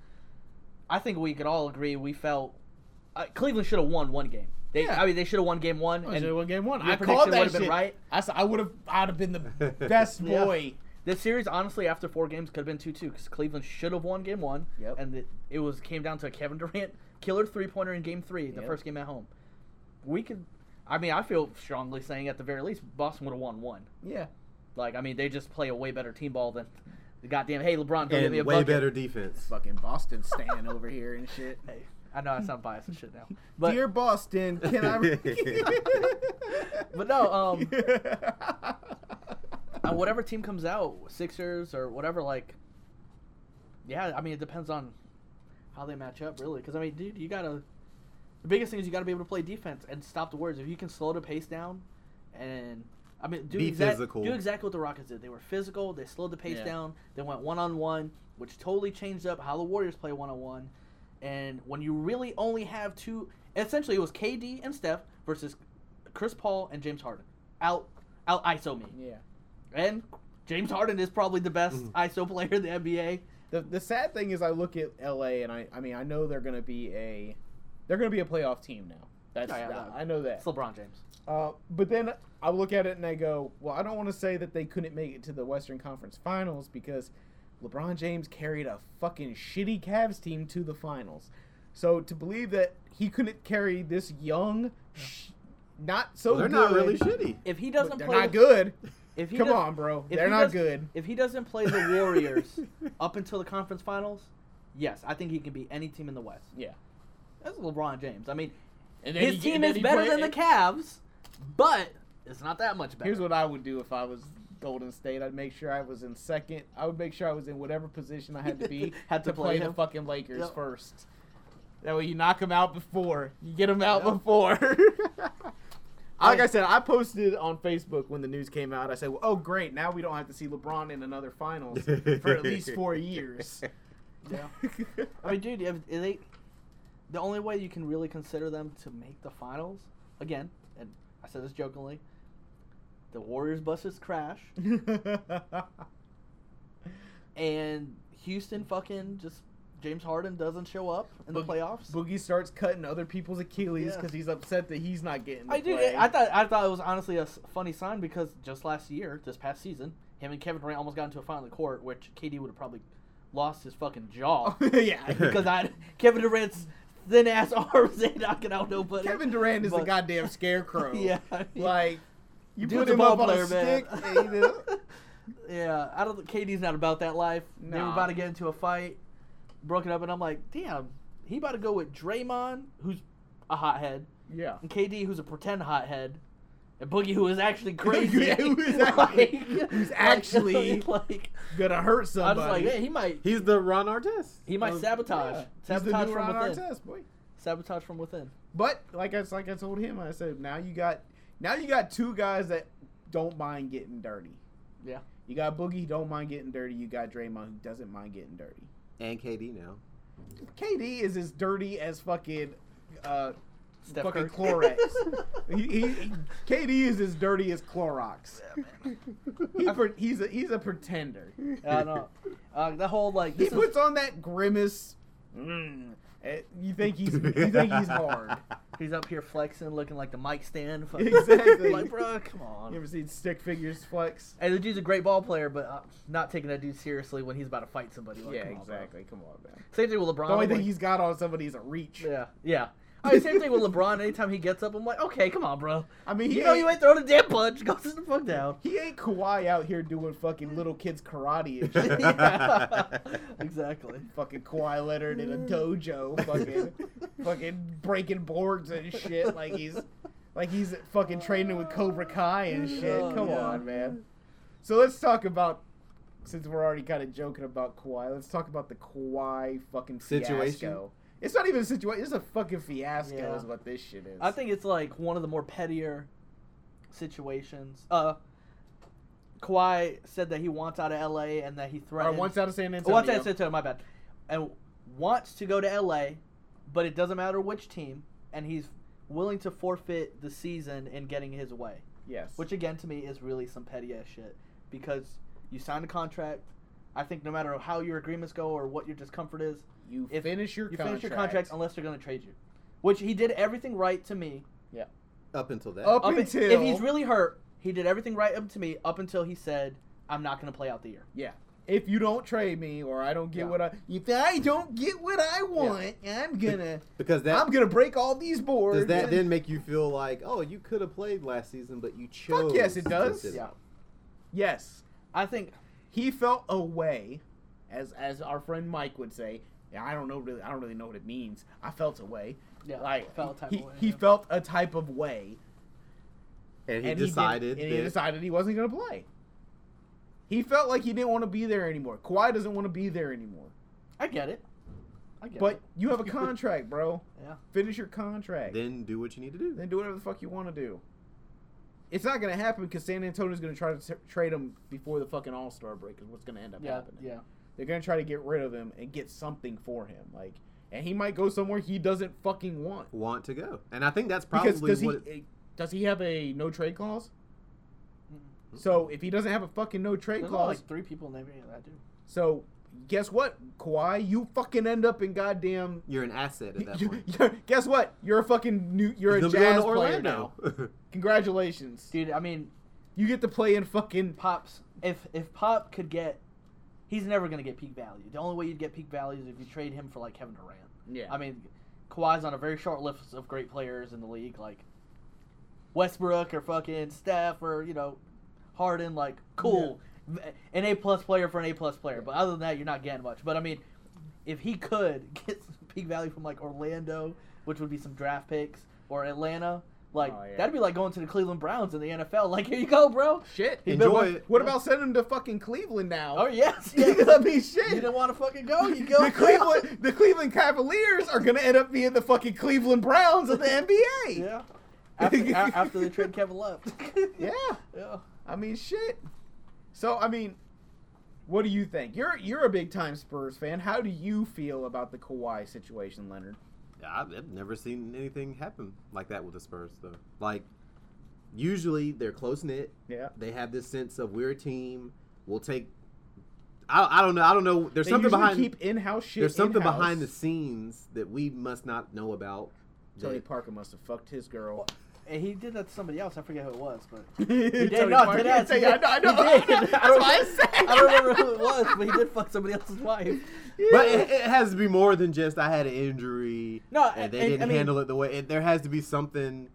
S2: I think we could all agree we felt uh, Cleveland should have won one game. They,
S1: Yeah.
S2: I mean, they should have won game one.
S1: I
S2: and
S1: should've won game one.
S2: your
S1: I
S2: prediction
S1: called that
S2: would've been
S1: shit.
S2: right.
S1: I s- I would have. I'd have been the best
S2: Yeah.
S1: boy.
S2: this series honestly, after four games, could have been two-two because Cleveland should have won game one.
S1: Yep.
S2: And it, it was came down to a Kevin Durant killer three-pointer in game three, the
S1: Yep.
S2: first game at home. we could. I mean, I feel strongly saying at the very least Boston would have won one.
S1: Yeah.
S2: Like, I mean, they just play a way better team ball than the goddamn. Hey, LeBron, go get me a
S3: and way
S2: bucket.
S3: better defense.
S1: Fucking Boston standing over here and shit.
S2: Hey, I know I sound biased and shit now, but
S1: Dear Boston, can I?
S2: But no, um, uh, whatever team comes out, Sixers or whatever, like, yeah, I mean, it depends on how they match up, really. Because I mean, dude, you gotta. The biggest thing is you gotta be able to play defense and stop the Warriors. If you can slow the pace down, and I mean, do
S3: Be
S2: exact-
S3: physical.
S2: do exactly what the Rockets did. They were physical. They slowed the pace
S1: Yeah.
S2: down. They went one on one, which totally changed up how the Warriors play one on one. And when you really only have two, essentially, it was KD and Steph versus Chris Paul and James Harden. Out, out ISO me.
S1: yeah.
S2: And James Harden is probably the best
S1: Mm-hmm.
S2: ISO player in the NBA.
S1: The the sad thing is, I look at LA and I I mean I know they're gonna be a they're gonna be a playoff team now. That's
S2: Oh, yeah,
S1: I know that.
S2: It's LeBron James.
S1: Uh, but then I look at it and I go, well, I don't want to say that they couldn't make it to the Western Conference Finals because LeBron James carried a fucking shitty Cavs team to the finals. So to believe that he couldn't carry this young, sh- not so
S3: Well, they're
S1: good,
S3: not really shitty.
S2: If he
S1: but
S2: doesn't
S1: They're
S2: play,
S1: not good.
S2: If he
S1: Come
S2: does-
S1: on, bro.
S2: if
S1: They're
S2: he
S1: not
S2: does-
S1: good.
S2: If he doesn't play the Warriors up until the conference finals, yes, I think he can beat any team in the West.
S1: Yeah.
S2: That's LeBron James. I mean,
S1: And
S2: his team is better than the Cavs, but it's not that much better.
S1: Here's what I would do if I was Golden State. I'd make sure I was in second. I would make sure I was in whatever position I had to be
S2: Had to play
S1: the
S2: him.
S1: fucking Lakers
S2: Yep.
S1: first. That way you knock them out before you get them out
S2: Yep.
S1: before. like I said, I posted on Facebook when the news came out. I said, well, "Oh, great! Now we don't have to see LeBron in another finals for at least four years."
S2: Yeah. I mean, dude, if if they, the only way you can really consider them to make the finals, again, and I said this jokingly, the Warriors buses crash, and Houston fucking just James Harden doesn't show up in the
S1: Boogie-
S2: playoffs.
S1: Boogie starts cutting other people's Achilles
S2: Yeah.
S1: because he's upset that he's not getting. to
S2: I do.
S1: play.
S2: I thought I thought it was honestly a s- funny sign because just last year, this past season, him and Kevin Durant almost got into a final court, which KD would have probably lost his fucking jaw
S1: Oh, yeah,
S2: because I Kevin Durant's thin ass arms ain't knocking out nobody.
S1: Kevin Durant is a
S2: But-
S1: goddamn scarecrow.
S2: Yeah, I mean,
S1: Like, you
S2: dude's
S1: put
S2: a
S1: him
S2: ball
S1: up on a
S2: player, man.
S1: stick, and, you know,
S2: yeah, I don't. think KD's not about that life. They were
S1: Nah.
S2: about to get into a fight, broken up, and I'm like, damn, he about to go with Draymond, who's a hothead,
S1: Yeah.
S2: and KD, who's a pretend hothead, and Boogie, who is actually crazy,
S1: Yeah, who is actually- who's actually-
S2: like.
S1: Gonna hurt
S2: I was like,
S1: somebody.
S2: yeah, he might,
S3: He's the Ron Artest. Um,
S2: he might
S1: Well,
S2: sabotage,
S1: yeah. He's the
S2: sabotage
S1: new
S2: from
S1: Ron
S2: within,
S1: Artest, boy.
S2: sabotage from within.
S1: But like I like I told him, I said now you got now you got two guys that don't mind getting dirty.
S2: Yeah.
S1: You got Boogie, who don't mind getting dirty. You got Draymond, who doesn't mind getting dirty.
S3: And KD now.
S1: KD is as dirty as fucking. Uh,
S2: Steph
S1: fucking
S2: Curry.
S1: Clorox. he, he, he- KD is as dirty as Clorox. He pre- he's a he's a pretender.
S2: I know. Uh, the whole like
S1: He
S2: this is,
S1: puts on that grimace. Mm, eh, you think he's you think he's hard.
S2: he's up here flexing, looking like the mic stand. fucking-
S1: Exactly.
S2: like, bro, come on.
S1: You ever seen stick figures flex?
S2: Hey, the dude's a great ball player, but uh, not taking that dude seriously when he's about to fight somebody. Like,
S1: yeah,
S2: come on, bro.
S1: exactly. Come on, man.
S2: Same thing with LeBron.
S1: The only
S2: I'm
S1: thing
S2: like-
S1: he's got on somebody is a reach.
S2: yeah, yeah. I mean, same thing with LeBron. Anytime he gets up, I'm like, okay, come on, bro.
S1: I mean, he
S2: You know
S1: ain't,
S2: you ain't throwing a damn punch. Go sit the fuck down.
S1: he ain't Kawhi out here doing fucking little kids karate and shit.
S2: Yeah. exactly.
S1: fucking Kawhi Leonard in a dojo, fucking fucking breaking boards and shit. Like he's like he's fucking training with Cobra Kai and shit.
S2: Oh,
S1: Come
S2: yeah.
S1: on, man. So let's talk about since we're already kind of joking about Kawhi. Let's talk about the Kawhi fucking
S3: Situation?
S1: Fiasco. It's not even a situation. It's a fucking fiasco,
S2: Yeah.
S1: is what this shit is.
S2: I think it's like one of the more pettier situations. Uh, Kawhi said that he wants out of LA and that he
S1: Or
S2: threatened.
S1: once out of San Antonio.
S2: Wants out of San Antonio. My bad. And wants to go to LA, but it doesn't matter which team, and he's willing to forfeit the season in getting his way.
S1: Yes.
S2: Which again, to me, is really some petty ass shit because you signed a contract. I think no matter how your agreements go or what your discomfort is,
S1: you
S2: if
S1: finish your
S2: you
S1: contract.
S2: finish your contract unless they're going to trade you. Which he did everything right to me
S3: Up until that.
S1: Up-
S2: up in-
S1: until-
S2: if he's really hurt, he did everything right up to me up until he said, "I'm not going to play out the year."
S1: Yeah. if you don't trade me or I don't get
S2: Yeah.
S1: what I if I don't get what I want, I'm gonna
S3: because that
S1: I'm gonna break all these boards.
S3: does that
S1: and-
S3: then make you feel like oh you could have played last season but you chose?
S1: Fuck yes, it
S3: to
S1: does.
S3: consider-
S2: Yeah.
S1: Yes,
S2: I think
S1: he felt away, as as our friend Mike would say. "Yeah, I don't know really. I don't really know what it means. I felt away.
S2: yeah,
S1: Like
S2: felt a type
S1: he,
S2: of way,
S1: he
S2: yeah.
S1: felt a type of way,
S3: And he
S1: and
S3: decided
S1: he, didn't- and he
S3: that-
S1: decided he wasn't gonna play. He felt like he didn't want to be there anymore. Kawhi doesn't want to be there anymore.
S2: I get it. I get
S1: But
S2: it.
S1: you have a contract, bro.
S2: Yeah.
S1: Finish your contract.
S3: then do what you need to do.
S1: Then do whatever the fuck you want to do. It's not gonna happen because San Antonio's gonna try to t- trade him before the fucking All Star break. Is what's gonna end up
S2: Yeah.
S1: happening.
S2: Yeah.
S1: They're gonna try to get rid of him and get something for him. Like, and he might go somewhere he doesn't fucking want.
S3: Want to go, and I think that's probably
S1: because does he
S3: what. it-
S1: eh, does he have a no trade clause?
S2: Mm-mm.
S1: So if he doesn't have a fucking no trade
S2: There's only
S1: clause,
S2: like three people in the NBA that do.
S1: so guess what, Kawhi, you fucking end up in goddamn.
S3: you're an asset at that
S1: you-
S3: point.
S1: you're- guess what? You're a fucking new. You're a
S3: You'll be going to
S1: jazz player now. Congratulations.
S2: Dude, I mean,
S1: You get to play in fucking
S2: Pop's if if Pop could get, he's never gonna get peak value. The only way you'd get peak value is if you trade him for like Kevin Durant.
S1: yeah.
S2: I mean, Kawhi's on a very short list of great players in the league, like Westbrook or fucking Steph or you know Harden. Like, cool, an A plus player for an A plus player. But other than that, you're not getting much. But I mean, if he could get some peak value from like Orlando, which would be some draft picks, or Atlanta, like
S1: Oh, yeah.
S2: that'd be like going to the Cleveland Browns in the NFL. Like, here you go, bro.
S1: shit.
S2: He
S3: Enjoy
S2: built-
S3: it.
S1: What about sending him to fucking Cleveland now?
S2: Oh yes, yes.
S1: I mean,
S2: You
S1: shit.
S2: didn't want to fucking go. You go.
S1: the Cleveland, the Cleveland Cavaliers are gonna end up being the fucking Cleveland Browns of the NBA.
S2: Yeah. After, a- after they trade Kevin Love.
S1: Yeah.
S2: Yeah.
S1: I mean, shit. So, I mean, what do you think? You're you're a big time Spurs fan. How do you feel about the Kawhi situation, Leonard?
S3: I've I've never seen anything happen like that with the Spurs though. Like usually they're close knit.
S1: Yeah.
S3: They have this sense of we're a team. We'll take. I, I don't know. I don't know. There's
S1: They
S3: something
S1: usually
S3: behind.
S1: keep in house shit.
S3: there's something
S1: in-house.
S3: behind the scenes that we must not know about.
S1: Tony
S3: that-
S1: Parker must have fucked his girl.
S2: And he did that to somebody else. I forget who it was, but
S1: he
S2: he
S1: did
S2: did. No, I did ask. He
S1: I know. I know.
S2: He did.
S1: That's
S2: I don't,
S1: why I
S2: remember-
S1: said.
S2: I don't remember who it was, but he did fuck somebody else's wife.
S3: But it, it has to be more than just I had an injury.
S2: No,
S3: and they
S2: Uh, and-
S3: didn't
S2: I mean-
S3: handle it the way. It, there has to be something.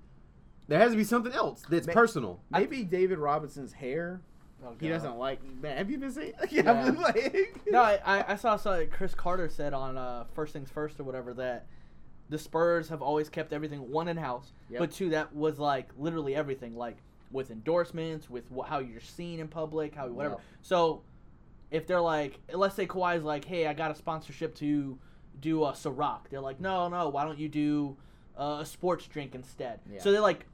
S3: There has to be something else that's
S1: Ma-
S3: personal.
S1: Maybe David Robinson's hair.
S2: Oh,
S1: He
S2: God.
S1: doesn't like. Man, have you been seeing?
S2: Yeah.
S1: I'm like-
S2: No, I- I, I saw something Chris Carter said on uh, First Things First or whatever that the Spurs have always kept everything one in house,
S1: Yep.
S2: but two that was like literally everything, like with endorsements, with wh- how you're seen in public, how whatever.
S1: Yeah.
S2: So if they're like, let's say Kawhi's like, hey, I got a sponsorship to do a Ciroc, they're like, no, no, why don't you do uh, a sports drink instead?
S1: Yeah.
S2: So they're like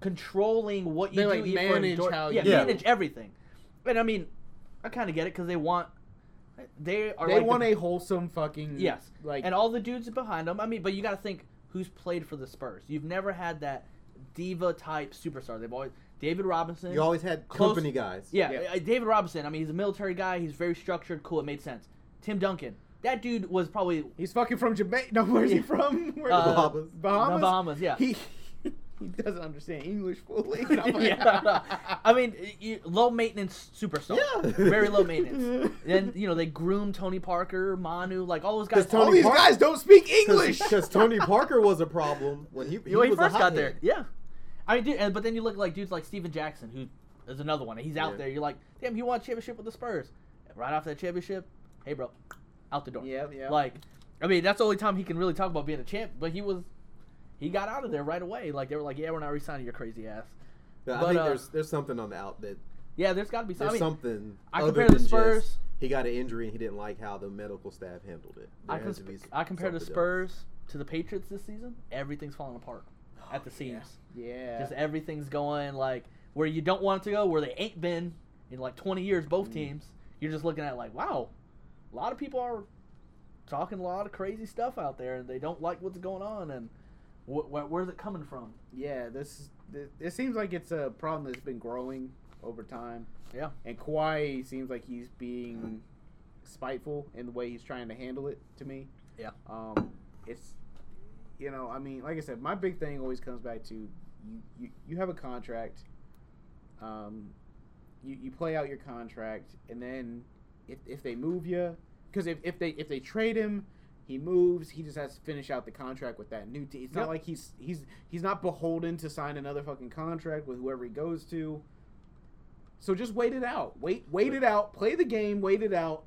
S2: controlling what you
S1: They,
S2: do
S1: like,
S2: eat for
S1: manage
S2: endor-
S1: how
S2: yeah,
S1: you-
S2: manage everything. And I mean, I kind of get it because they want they are
S1: they
S2: like
S1: want
S2: the-
S1: a wholesome fucking.
S2: yes,
S1: Like
S2: and all the dudes behind them. I mean, but you got to think who's played for the Spurs. You've never had that diva type superstar. They've always David Robinson.
S3: You always had
S2: Close-
S3: company guys.
S2: yeah,
S1: Yeah.
S2: uh, David Robinson. I mean, he's a military guy. He's very structured. Cool. It made sense. Tim Duncan. That dude was probably
S1: he's fucking from Jamaica. No, where's he
S2: Yeah.
S1: from? Where
S2: Uh,
S3: Bahamas.
S1: Bahamas.
S2: the Bahamas. Yeah.
S1: He he doesn't understand English fully.
S2: yeah, no. I mean, you, low maintenance superstar.
S3: Yeah.
S2: Very low maintenance. then you know they groom Tony Parker, Manu, like all those guys.
S3: 'Cause
S1: all
S3: Tony
S1: these
S3: Parker-
S1: guys don't speak English.
S3: Because Tony Parker was a problem when he, he
S2: when he
S3: was a
S2: first got
S3: hothead.
S2: there. Yeah. I mean, dude, and, but then you look like dudes like Steven Jackson, who is another one. and He's out
S3: Yeah.
S2: there. You're like, damn, he won a championship with the Spurs. Right off that championship, hey, bro, out the door.
S1: yeah, yeah.
S2: Like, I mean, that's the only time he can really talk about being a champ. But he was, he got out of there right away. Like they were like, yeah, we're not resigning your crazy ass.
S3: But I
S2: But,
S3: think
S2: uh,
S3: there's there's something on the out that
S2: Yeah, there's got to be some-
S3: there's
S2: I mean,
S3: something
S2: I
S3: other
S2: compare
S3: than
S2: the Spurs-
S3: just he got an injury and he didn't like how the medical staff handled it.
S2: I,
S3: There has
S2: consp-
S3: to be s-
S2: I compare the
S3: something
S2: Spurs to the Patriots this season. Everything's falling apart at the
S1: yeah.
S2: seams.
S1: Yeah.
S2: Just everything's going like where you don't want it to go, where they ain't been in like 20 years, both teams. You're just looking at it like, wow, a lot of people are talking a lot of crazy stuff out there, and they don't like what's going on, and wh- wh- where's it coming from?
S1: yeah. This th- it seems like it's a problem that's been growing over time.
S2: Yeah.
S1: And Kawhi seems like he's being spiteful in the way he's trying to handle it to me.
S2: Yeah.
S1: Um, it's, you know, I mean, like I said, my big thing always comes back to you, you, you have a contract. Um, you, you play out your contract, and then if, if they move you, because if, if they if they trade him, he moves. He just has to finish out the contract with that new team. It's
S2: Yep.
S1: not like he's he's he's not beholden to sign another fucking contract with whoever he goes to. So just wait it out. Wait wait it out. Play the game. Wait it out.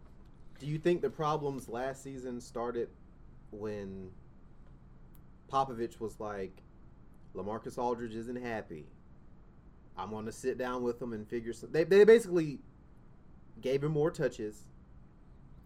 S3: Do you think the problems last season started when Popovich was like, Lamarcus Aldridge isn't happy. I'm going to sit down with him and figure some. They, they basically gave him more touches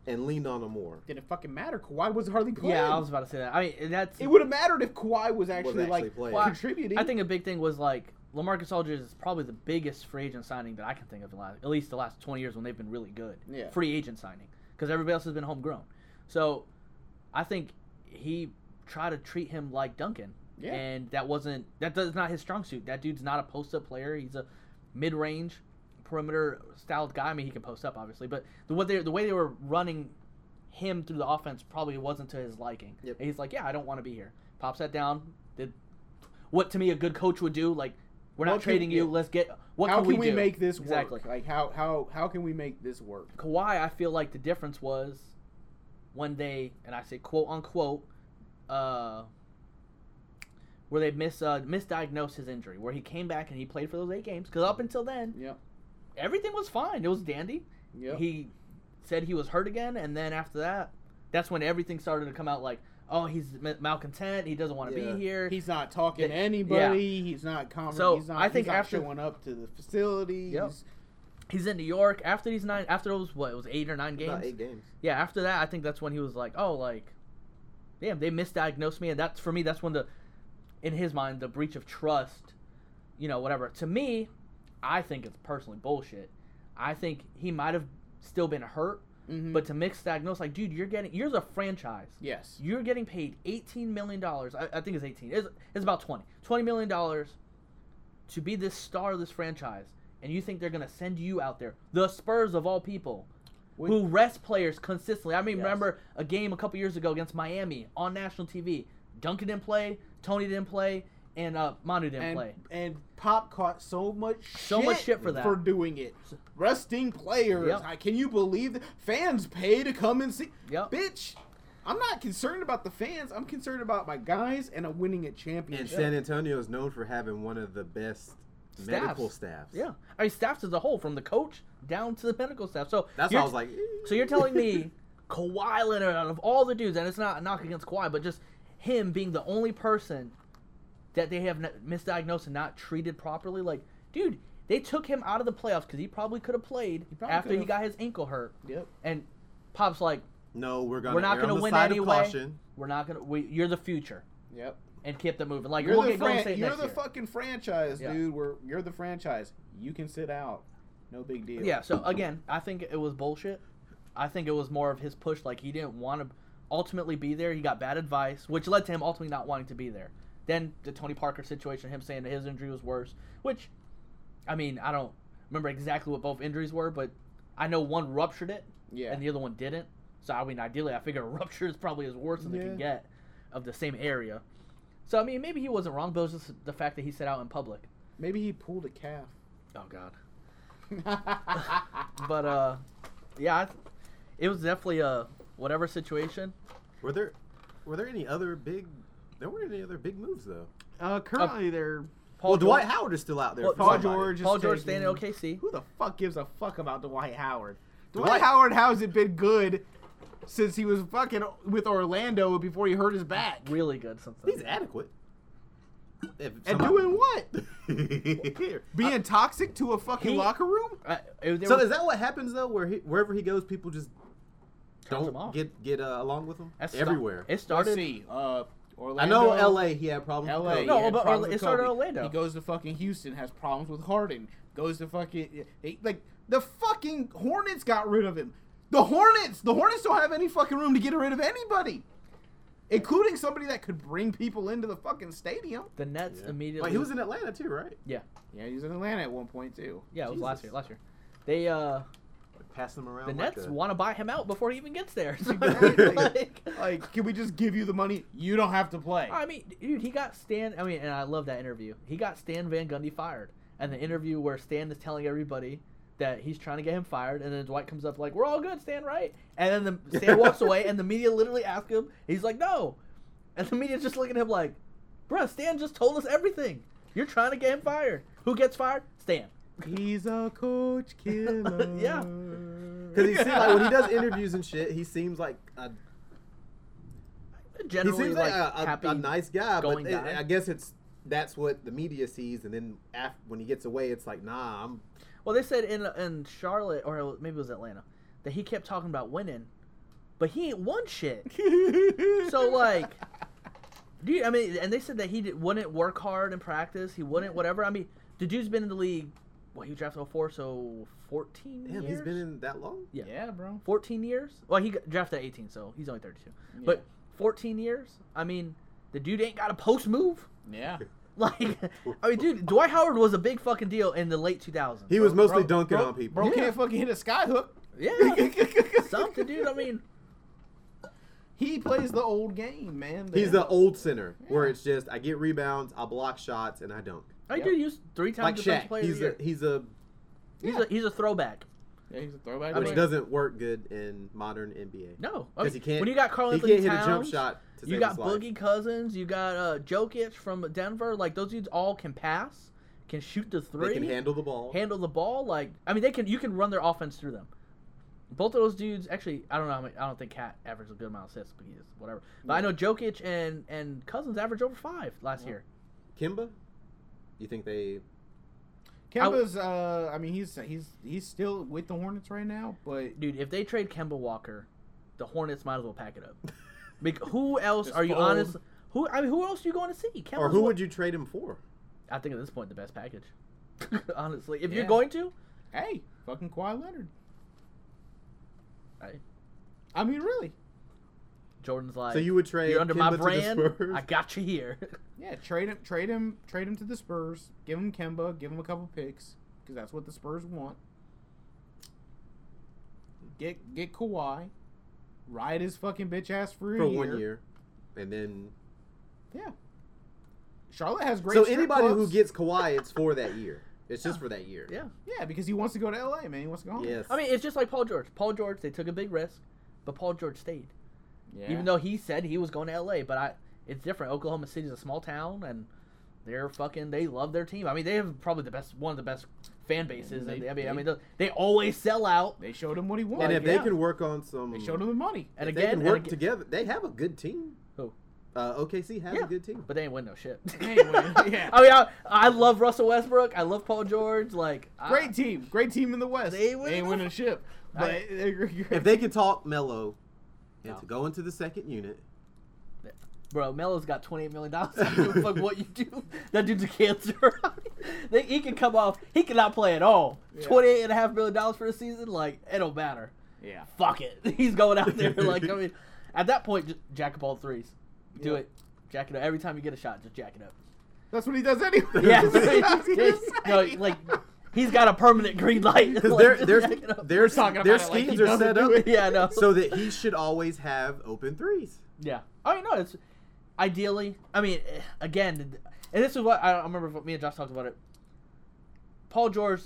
S3: and leaned on him more.
S1: Didn't fucking matter. Kawhi was hardly playing.
S2: Yeah, I was about to say that. I mean, that's.
S1: It would have mattered if Kawhi was actually,
S3: actually
S1: like
S3: playing.
S2: Well, I-
S1: contributing.
S2: I think a big thing was like Lamarcus Aldridge is probably the biggest free agent signing that I can think of in the last, at least the last 20 years when they've been really good.
S1: Yeah.
S2: Free agent signing because everybody else has been homegrown. So I think he tried to treat him like Duncan.
S1: Yeah.
S2: And that wasn't that does not his strong suit. That dude's not a post up player. He's a mid range perimeter styled guy. I mean he can post up obviously, but the what they the way they were running him through the offense probably wasn't to his liking.
S3: Yep.
S2: And he's like, Yeah, I don't want to be here. Pops that down, did what to me a good coach would do, like we're not
S1: What can-
S2: trading you,
S1: yeah.
S2: let's get what
S1: how
S2: can we, do?
S1: make this
S2: exactly.
S1: work? Like how how how can we make this work?
S2: Kawhi, I feel like the difference was when they and I say quote unquote, uh, where they mis uh, misdiagnosed his injury, where he came back and he played for those eight games. Because up until then,
S1: Yep.
S2: everything was fine. It was dandy.
S1: Yep.
S2: He said he was hurt again, and then after that, that's when everything started to come out. Like, oh, he's m- malcontent. He doesn't want to
S3: Yeah.
S2: be here.
S1: He's not talking to
S2: They-
S1: anybody. He's not conver-
S2: So,
S1: he's not,
S2: I think
S1: he's not
S2: after-
S1: showing up to the facility.
S2: Yep.
S1: he's-
S2: he's in New York after these nine. After those, what it was eight or nine games.
S3: About eight games.
S2: yeah, after that, I think that's when he was like, oh, like, damn, they misdiagnosed me, and that's for me. That's when the, in his mind, the breach of trust, you know, whatever. To me, I think it's personally bullshit. I think he might have still been hurt,
S1: Mhm.
S2: but to misdiagnose, like, dude, you're getting, you're a franchise.
S1: yes,
S2: You're getting paid eighteen million dollars. I, I think it's eighteen. It's, it's about twenty. Twenty million dollars to be this star of this franchise, and you think they're gonna send you out there, the Spurs of all people,
S1: Would-
S2: who rest players consistently. I mean,
S1: Yes.
S2: remember a game a couple years ago against Miami on national TV. Duncan didn't play. Tony didn't play. And uh, Manu didn't
S1: and
S2: play.
S1: and Pop caught so much
S2: So much shit for that.
S1: for doing it. Resting players.
S2: Yep.
S1: I- can you believe that fans pay to come and see?
S2: Yep.
S1: Bitch, I'm not concerned about the fans. I'm concerned about my guys and a winning a
S3: And
S1: championship.
S3: San Antonio is known for having one of the best medical staffs.
S2: Yeah, I mean staffs as a whole, from the coach down to the medical staff. So
S3: That's
S2: you're-
S3: why I was like,
S2: So you're telling me Kawhi Leonard out of all the dudes, and it's not a knock against Kawhi, but just him being the only person that they have n- misdiagnosed and not treated properly. Like, dude, they took him out of the playoffs because he probably could have played
S1: probably
S2: after he
S1: could've.
S2: got his ankle hurt.
S1: Yep.
S2: And Pop's like,
S3: no, we're going
S2: we're not
S3: going to
S2: win
S3: side Of
S2: anyway.
S3: caution.
S2: We're not gonna. We, you're the future,
S1: Yep.
S2: and kept it moving. Like
S1: You're
S2: we'll
S1: the,
S2: get Golden
S1: fran-
S2: State
S1: you're
S2: next
S1: the
S2: year.
S1: fucking franchise,
S2: Yeah.
S1: dude. We're, you're the franchise. You can sit out. No big deal.
S2: Yeah, so again, I think it was bullshit. I think it was more of his push, like he didn't want to ultimately be there. He got bad advice, which led to him ultimately not wanting to be there. Then the Tony Parker situation, him saying that his injury was worse, which, I mean, I don't remember exactly what both injuries were, but I know one ruptured it
S1: Yeah.
S2: and the other one didn't. So, I mean, ideally, I figure a rupture is probably as worse as it
S1: Yeah.
S2: can get of the same area. So, I mean, maybe he wasn't wrong, but it was just the fact that he set out in public.
S1: Maybe he pulled a calf.
S2: Oh, God. But uh, yeah, I th- it was definitely a whatever situation.
S3: Were there, were there any other big? There weren't any other big moves though.
S1: uh, currently, they're
S2: Paul
S3: well, Dwight
S2: George,
S3: Howard is still out there.
S2: Well,
S3: for
S1: Paul
S3: somebody.
S1: George. Is
S2: Paul George
S1: taking-
S2: staying at OKC.
S1: Who the fuck gives a fuck about Dwight Howard? Dwight,
S3: Dwight-
S1: Howard hasn't been good since he was fucking with Orlando before he hurt his back.
S2: Really good since then.
S3: He's adequate. If
S1: And
S3: somebody-
S1: doing what?
S3: Here.
S1: Being toxic to a fucking
S2: he-
S1: locker room?
S2: Uh, it- there
S3: So
S2: was-
S3: is that what happens though? Where he, wherever he goes, people just
S2: Turns him
S3: don't
S2: off.
S3: get get uh, along with him
S2: that sta-
S3: everywhere.
S2: It
S1: Let's
S2: started.
S1: see. Uh,
S3: I
S1: Orlando.
S3: know L.A. He had problems. with
S1: LA.
S3: Kobe.
S2: No,
S1: he had
S2: but
S1: problems
S2: Orla-
S1: with
S2: it started
S1: Kobe.
S2: Orlando.
S1: He goes to fucking Houston, has problems with Harden. Goes to fucking he- like the fucking Hornets got rid of him. The Hornets, the Hornets don't have any fucking room to get rid of anybody, including somebody that could bring people into the fucking stadium.
S2: The Nets
S3: Yeah.
S2: immediately.
S3: Wait, he was in Atlanta too, right?
S2: Yeah,
S1: Yeah, he was in Atlanta at one point too.
S2: yeah, it was last
S3: Jesus.
S2: year. Last year, they uh,
S3: Like, passing him around.
S2: the
S3: like
S2: Nets
S3: a-
S2: want to buy him out before he even gets there. So,
S3: Exactly.
S2: like-
S1: Like, can we just give you the money? You don't have to play.
S2: I mean, dude, he got Stan. I mean, and I love that interview. He got Stan Van Gundy fired, and the interview where Stan is telling everybody that he's trying to get him fired, and then Dwight comes up like, "We're all good, Stan, right?" And then the Stan walks away, and the media literally asks him. He's like, "No," and the media's just looking at him like, "Bruh, Stan just told us everything. You're trying to get him fired. Who gets fired? Stan."
S1: He's a coach killer.
S2: Yeah.
S3: Because he seems like when he does interviews and shit, he seems like a, he
S2: Generally,
S3: seems like,
S2: like,
S3: a, a-
S2: happy.
S3: a nice guy. But
S2: going
S3: it-
S2: guy.
S3: I guess it's that's what the media sees, and then af when he gets away, it's like, nah, I'm
S2: Well, they said in in Charlotte or maybe it was Atlanta that he kept talking about winning, but he ain't won shit. So, like, Dude, I mean, and they said that he did, wouldn't work hard in practice. He wouldn't whatever. I mean, the dude's been in the league. Well, he was drafted 04, so 14
S3: damn,
S2: years.
S3: he's been in that long.
S1: yeah.
S2: Yeah.
S1: bro.
S2: 14 years. Well, he got drafted at 18, so he's only 32. But 14 years. I mean, the dude ain't got a post move.
S1: yeah,
S2: Like, I mean, dude, Dwight Howard was a big fucking deal in the late 2000s.
S3: He was mostly
S1: Bro-
S3: dunking
S1: bro-
S3: on people.
S1: Bro
S2: Yeah.
S1: can't fucking hit a skyhook.
S2: yeah, something, dude. I mean,
S1: He plays the old game, man.
S3: He's the old center where
S1: Yeah.
S3: it's just I get rebounds, I block shots, and I dunk.
S2: I
S1: Yep.
S2: do use three times
S3: Like
S2: defensive
S3: Shaq,
S2: player of
S3: he's
S2: the
S3: a
S2: year.
S3: he's a
S2: He's
S1: Yeah.
S2: a he's a throwback.
S1: Yeah, he's a throwback.
S2: I
S3: which
S2: mean-
S3: doesn't work good in modern NBA.
S2: No, I mean,
S3: because he can't.
S2: when you got Carl
S3: he
S2: Anthony
S3: can't hit a jump
S2: Towns,
S3: shot. To
S2: You
S3: save
S2: got
S3: his life.
S2: Boogie Cousins. You got uh, Jokic from Denver. Like those dudes all can pass, can shoot the
S3: They
S2: three,
S3: can handle the ball.
S2: handle the ball. Like I mean, they can. You can run their offense through them. Both of those dudes, actually, I don't know. How many, I don't think Cat averaged a good amount of assists, but he is whatever. But I know Jokic and and Cousins averaged over five last
S1: Yeah.
S2: year.
S3: Kimba, you think they?
S1: Kemba's. Uh, I mean, he's he's he's still with the Hornets right now, but
S2: Dude, if they trade Kemba Walker, the Hornets might as well pack it up. Bec- who else
S1: Just
S2: are you
S1: fold.
S2: honest? Who I mean, who else are you going to see? Kemba's
S3: Or who
S2: one-
S3: would you trade him for?
S2: I think at this point the best package. Honestly, if
S1: Yeah.
S2: you're going to,
S1: hey, fucking Kawhi Leonard.
S2: Hey.
S1: I mean, really?
S2: Jordan's like,
S3: So you would trade
S2: You're under
S3: Kimba
S2: my
S3: to the
S2: brand.
S3: Spurs?
S2: I got you here.
S1: Yeah, trade him, trade him, trade him to the Spurs. Give him Kemba. Give him a couple picks because that's what the Spurs want. Get get Kawhi. Ride his fucking bitch ass for, a
S3: for one year, and then
S1: Yeah. Strip clubs. Charlotte has great.
S3: so
S1: strip
S3: anybody who
S1: clubs.
S3: gets Kawhi, it's for that year. It's just for that year.
S2: yeah.
S1: yeah, because he wants to go to L.A. Man, he wants to go home.
S3: Yes.
S2: I mean, it's just like Paul George. Paul George, they took a big risk, but Paul George stayed.
S1: Yeah.
S2: Even though he said he was going to LA, but I it's different. Oklahoma City's a small town and they're fucking they love their team. I mean, they have probably the best one of the best fan bases
S1: they-
S2: in the NBA. I
S1: they-
S2: mean, they, they always sell out.
S1: they showed him what he
S3: and
S1: wanted.
S3: if they
S2: yeah.
S3: can work on some,
S1: they showed him the money.
S2: And
S3: if they
S2: again,
S3: can
S2: and
S3: work
S2: aga-
S3: together. They have a good team.
S2: Who?
S3: Uh, OKC has
S2: Yeah.
S3: a good team.
S2: but they ain't win no shit.
S1: They ain't win, yeah.
S2: I mean, I, I love Russell Westbrook. I love Paul George. Like, I-
S1: Great team, great team in the West.
S2: They
S1: they ain't
S2: win-
S1: winning ship, but
S2: I-
S1: they're great.
S3: If they can talk Melo into
S2: No.
S3: going to the second unit,
S2: Bro, Melo's got twenty eight million dollars. I don't give a fuck what you do. That dude's a cancer. They- he can come off. He cannot play at all.
S1: Yeah.
S2: Twenty eight and a half million dollars for a season. Like it don't matter.
S1: yeah,
S2: Fuck it. He's going out there. Like I mean, at that point, just jack up all threes. Do
S1: Yeah.
S2: it. Jack it up every time you get a shot. Just jack it up.
S1: that's what he does anyway.
S2: Yes.
S1: I was gonna
S2: Yes. no,
S1: say.
S2: like he's got a permanent green light.
S3: because
S2: Like,
S3: their
S2: just
S3: their
S2: jack it up.
S3: their,
S1: talking
S3: their
S1: about it like he
S3: schemes are
S1: doesn't
S3: set up
S1: do
S2: yeah, I know.
S3: so that he should always have open threes.
S2: Yeah. I mean, no, it's ideally. I mean, eh, again, and this is what I, I remember. Me and Josh talked about it. Paul George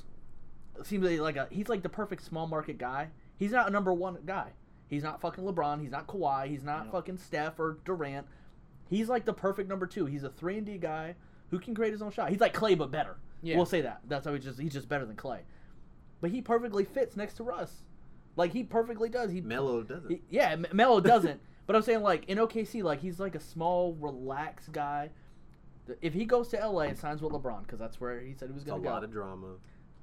S2: seems like- like a he's like the perfect small market guy. He's not a number one guy. He's not fucking LeBron. He's not Kawhi. He's not
S1: No.
S2: fucking Steph or Durant. He's like the perfect number two. He's a three and D guy who can create his own shot. He's like Clay but better.
S1: Yeah.
S2: We'll say that. That's how he's just he's just better than Clay. But he perfectly fits next to Russ. Like he perfectly does. He
S3: Melo doesn't.
S2: he- Yeah, M- Melo doesn't. but I'm saying like in OKC, like he's like a small, relaxed guy. Th- If he goes to LA and signs with LeBron, because that's where he said he was
S3: it's a
S2: going to go,
S3: lot of drama.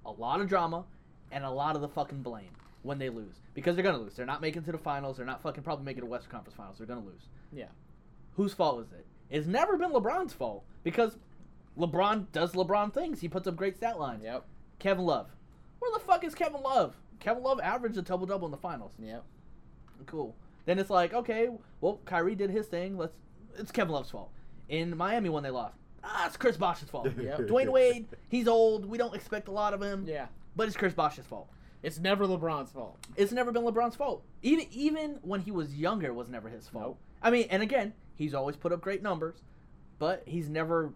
S2: a lot of drama, and a lot of the fucking blame when they lose because they're going to lose. They're not making it to the finals. They're not fucking probably making the Western Conference Finals. They're going to lose.
S1: yeah,
S2: Whose fault is it? It's never been LeBron's fault because LeBron does LeBron things. He puts up great stat lines.
S1: yep,
S2: Kevin Love, where the fuck is Kevin Love? Kevin Love averaged a double double in the finals
S1: yep.
S2: cool. Then it's like, okay, well, Kyrie did his thing. Let's. It's Kevin Love's fault. In Miami, when they lost, ah, it's Chris Bosh's fault.
S1: Yep.
S2: Dwayne Wade, he's old. We don't expect a lot of him.
S1: Yeah,
S2: But it's Chris Bosh's fault.
S1: it's never LeBron's fault.
S2: It's never been LeBron's fault. Even even when he was younger, it was never his fault. I mean, and again, he's always put up great numbers, but he's never.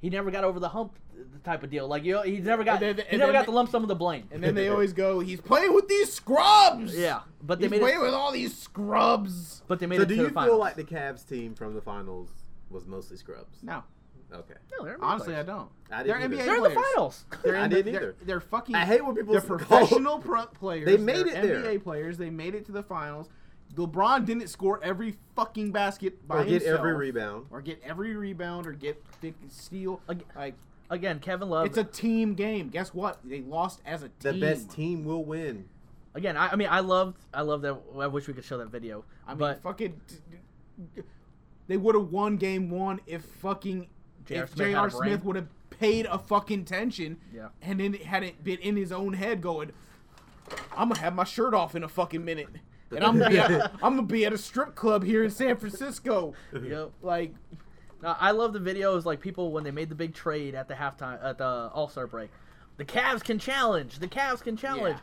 S2: He never got over the hump the type of deal. Like you, know, he's never got
S1: And then-
S2: he
S1: and
S2: never
S1: then-
S2: got the lump sum of the blame.
S1: And then they always go, he's playing with these scrubs.
S2: yeah, but they
S1: He's
S2: made
S1: playing
S2: it.
S1: with all these scrubs.
S2: But they made
S3: So
S2: it
S3: do
S2: to
S3: you
S2: the
S3: feel
S2: finals.
S3: like the Cavs team from the finals was mostly scrubs?
S1: No,
S3: Okay.
S2: no, they're
S1: honestly, I
S2: players.
S1: don't.
S3: I
S1: They're
S3: didn't either.
S1: NBA
S2: They're in
S1: players.
S2: the finals.
S1: They're in
S3: I
S1: the-
S3: didn't
S1: they're-
S3: either.
S1: They're fucking.
S3: I hate when people
S1: They're
S3: call-
S1: professional pro players.
S3: They made
S1: they're
S3: it there.
S1: NBA players. They made it to the finals. LeBron didn't score every fucking basket by
S3: or get
S1: himself,
S3: every rebound.
S1: or get every rebound, or get big steal.
S2: Ag-
S1: Like
S2: Again, Kevin Love.
S1: it's a team game. Guess what? They lost as a team.
S3: uh, The best team will win.
S2: again, I, I mean, I loved, I loved that. I wish we could show that video.
S1: I mean,
S2: but
S1: fucking. They would have won game one if fucking
S2: J.R.
S1: if
S2: Smith had
S1: J.R.
S2: a brain.
S1: Smith would have paid a fucking tension.
S2: Yeah.
S1: And then it hadn't been in his own head going, I'm gonna have my shirt off in a fucking minute, and I'm gonna be at, I'm gonna be at a strip club here in San Francisco.
S2: Yep.
S1: Like,
S2: Now, I love the videos like people when they made the big trade at the halftime at the All Star break. The Cavs can challenge. The Cavs can challenge.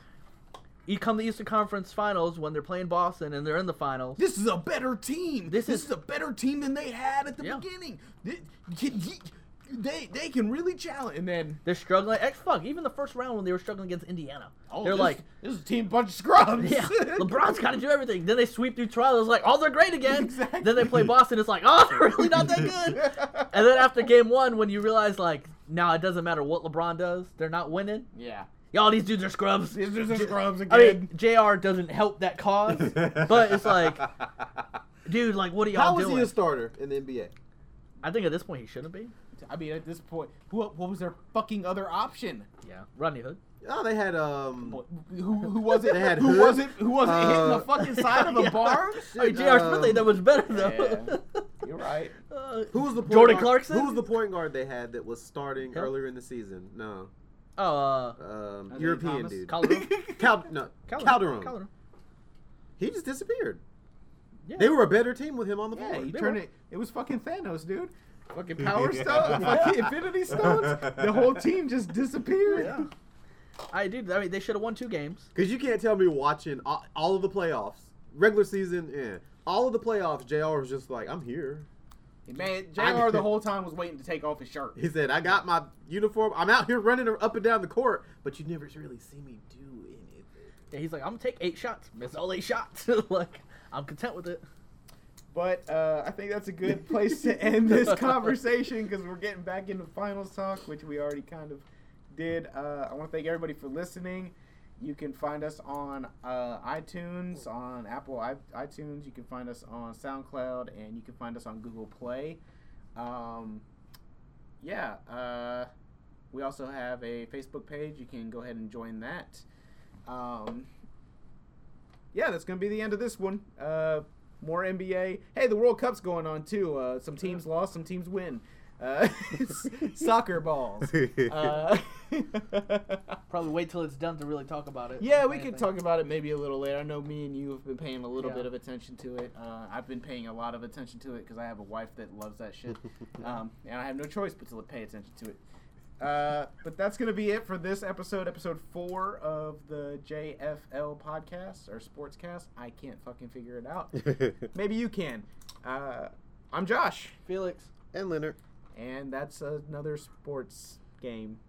S2: You come to the Eastern Conference Finals when they're playing Boston and they're in the finals.
S1: this is a better team.
S2: This
S1: This,
S2: is-
S1: is, a better team than they had at the
S2: Yeah.
S1: beginning. They, they they can really challenge. And then
S2: They're struggling. Heck, fuck, even the first round when they were struggling against Indiana,
S1: oh,
S2: they're
S1: this-
S2: like,
S1: this is a team bunch of scrubs.
S2: yeah, LeBron's got to do everything. Then they sweep through Toronto. It's like, oh, they're great again.
S1: Exactly.
S2: Then they play Boston. It's like, oh, they're really not that good. and then after game one, when you realize like, nah, it doesn't matter what LeBron does, they're not winning.
S1: yeah.
S2: Y'all, these dudes are scrubs.
S1: This is a scrubs
S2: I
S1: again.
S2: mean, JR doesn't help that cause, but it's like, dude, like, what are y'all
S3: How was
S2: doing?
S3: he a starter in the NBA?
S2: I think at this point he shouldn't be.
S1: I mean, at this point, who, what was their fucking other option?
S2: Yeah, Rodney Hood.
S3: Oh, they had um.
S1: Who, who was it?
S3: They had
S1: who
S3: Hood,
S1: was it? Who was it hitting
S3: uh,
S1: the fucking side of the
S2: yeah.
S1: bar?
S2: I mean,
S3: Shit,
S2: J.R.
S3: um,
S2: Smith, that was better though.
S1: You're right.
S2: Uh,
S3: Who was the point
S2: Jordan
S3: guard,
S2: Clarkson?
S3: Who was the point guard they had that was starting
S2: Hill?
S3: earlier in the season? No,
S2: oh, uh,
S3: um,
S1: Anthony
S3: European
S1: Thomas?
S3: dude.
S2: Calderon.
S3: Cal- no, Calderon.
S2: Calderon.
S3: He just disappeared.
S2: Yeah.
S3: They were a better team with him on the
S1: Yeah,
S3: floor.
S1: he
S2: They
S1: turned
S2: were.
S1: it. It was fucking Thanos, dude. Fucking Power Stone, fucking Infinity Stones. The whole team just disappeared.
S2: Yeah. I dude, I mean, they should have won two games.
S3: Because you can't tell me watching all, all of the playoffs, regular season, yeah, all of the playoffs, JR was just like, I'm here.
S1: Man, Jr. the whole time was waiting to take off his shirt.
S3: He said, I got my uniform. I'm out here running up and down the court, but you never really see me do anything.
S2: Yeah, he's like, I'm gonna take eight shots. Miss all eight shots. like, I'm content with it.
S1: But uh, I think that's a good place to end this conversation because we're getting back into finals talk, which we already kind of did. Uh, I want to thank everybody for listening. You can find us on uh, iTunes, on Apple I- iTunes. You can find us on SoundCloud, and you can find us on Google Play. Um, yeah, uh, we also have a Facebook page. You can go ahead and join that. Um, yeah, that's going to be the end of this one. Uh, more NBA. Hey, the World Cup's going on too. Uh, some teams lost, some teams win. Uh, soccer balls. Uh,
S2: Probably wait till it's done to really talk about it.
S1: yeah, we
S2: Anything.
S1: could talk about it maybe a little later. I know me and you have been paying a little
S2: Yeah.
S1: bit of attention to it. Uh, I've been paying a lot of attention to it because I have a wife that loves that shit, um, and I have no choice but to pay attention to it. Uh, but that's going to be it for this episode, episode four of the JFL podcast or sportscast. I can't fucking figure it out. Maybe you can. Uh, I'm Josh,
S2: Felix.
S3: and Leonard.
S1: and that's another sports game.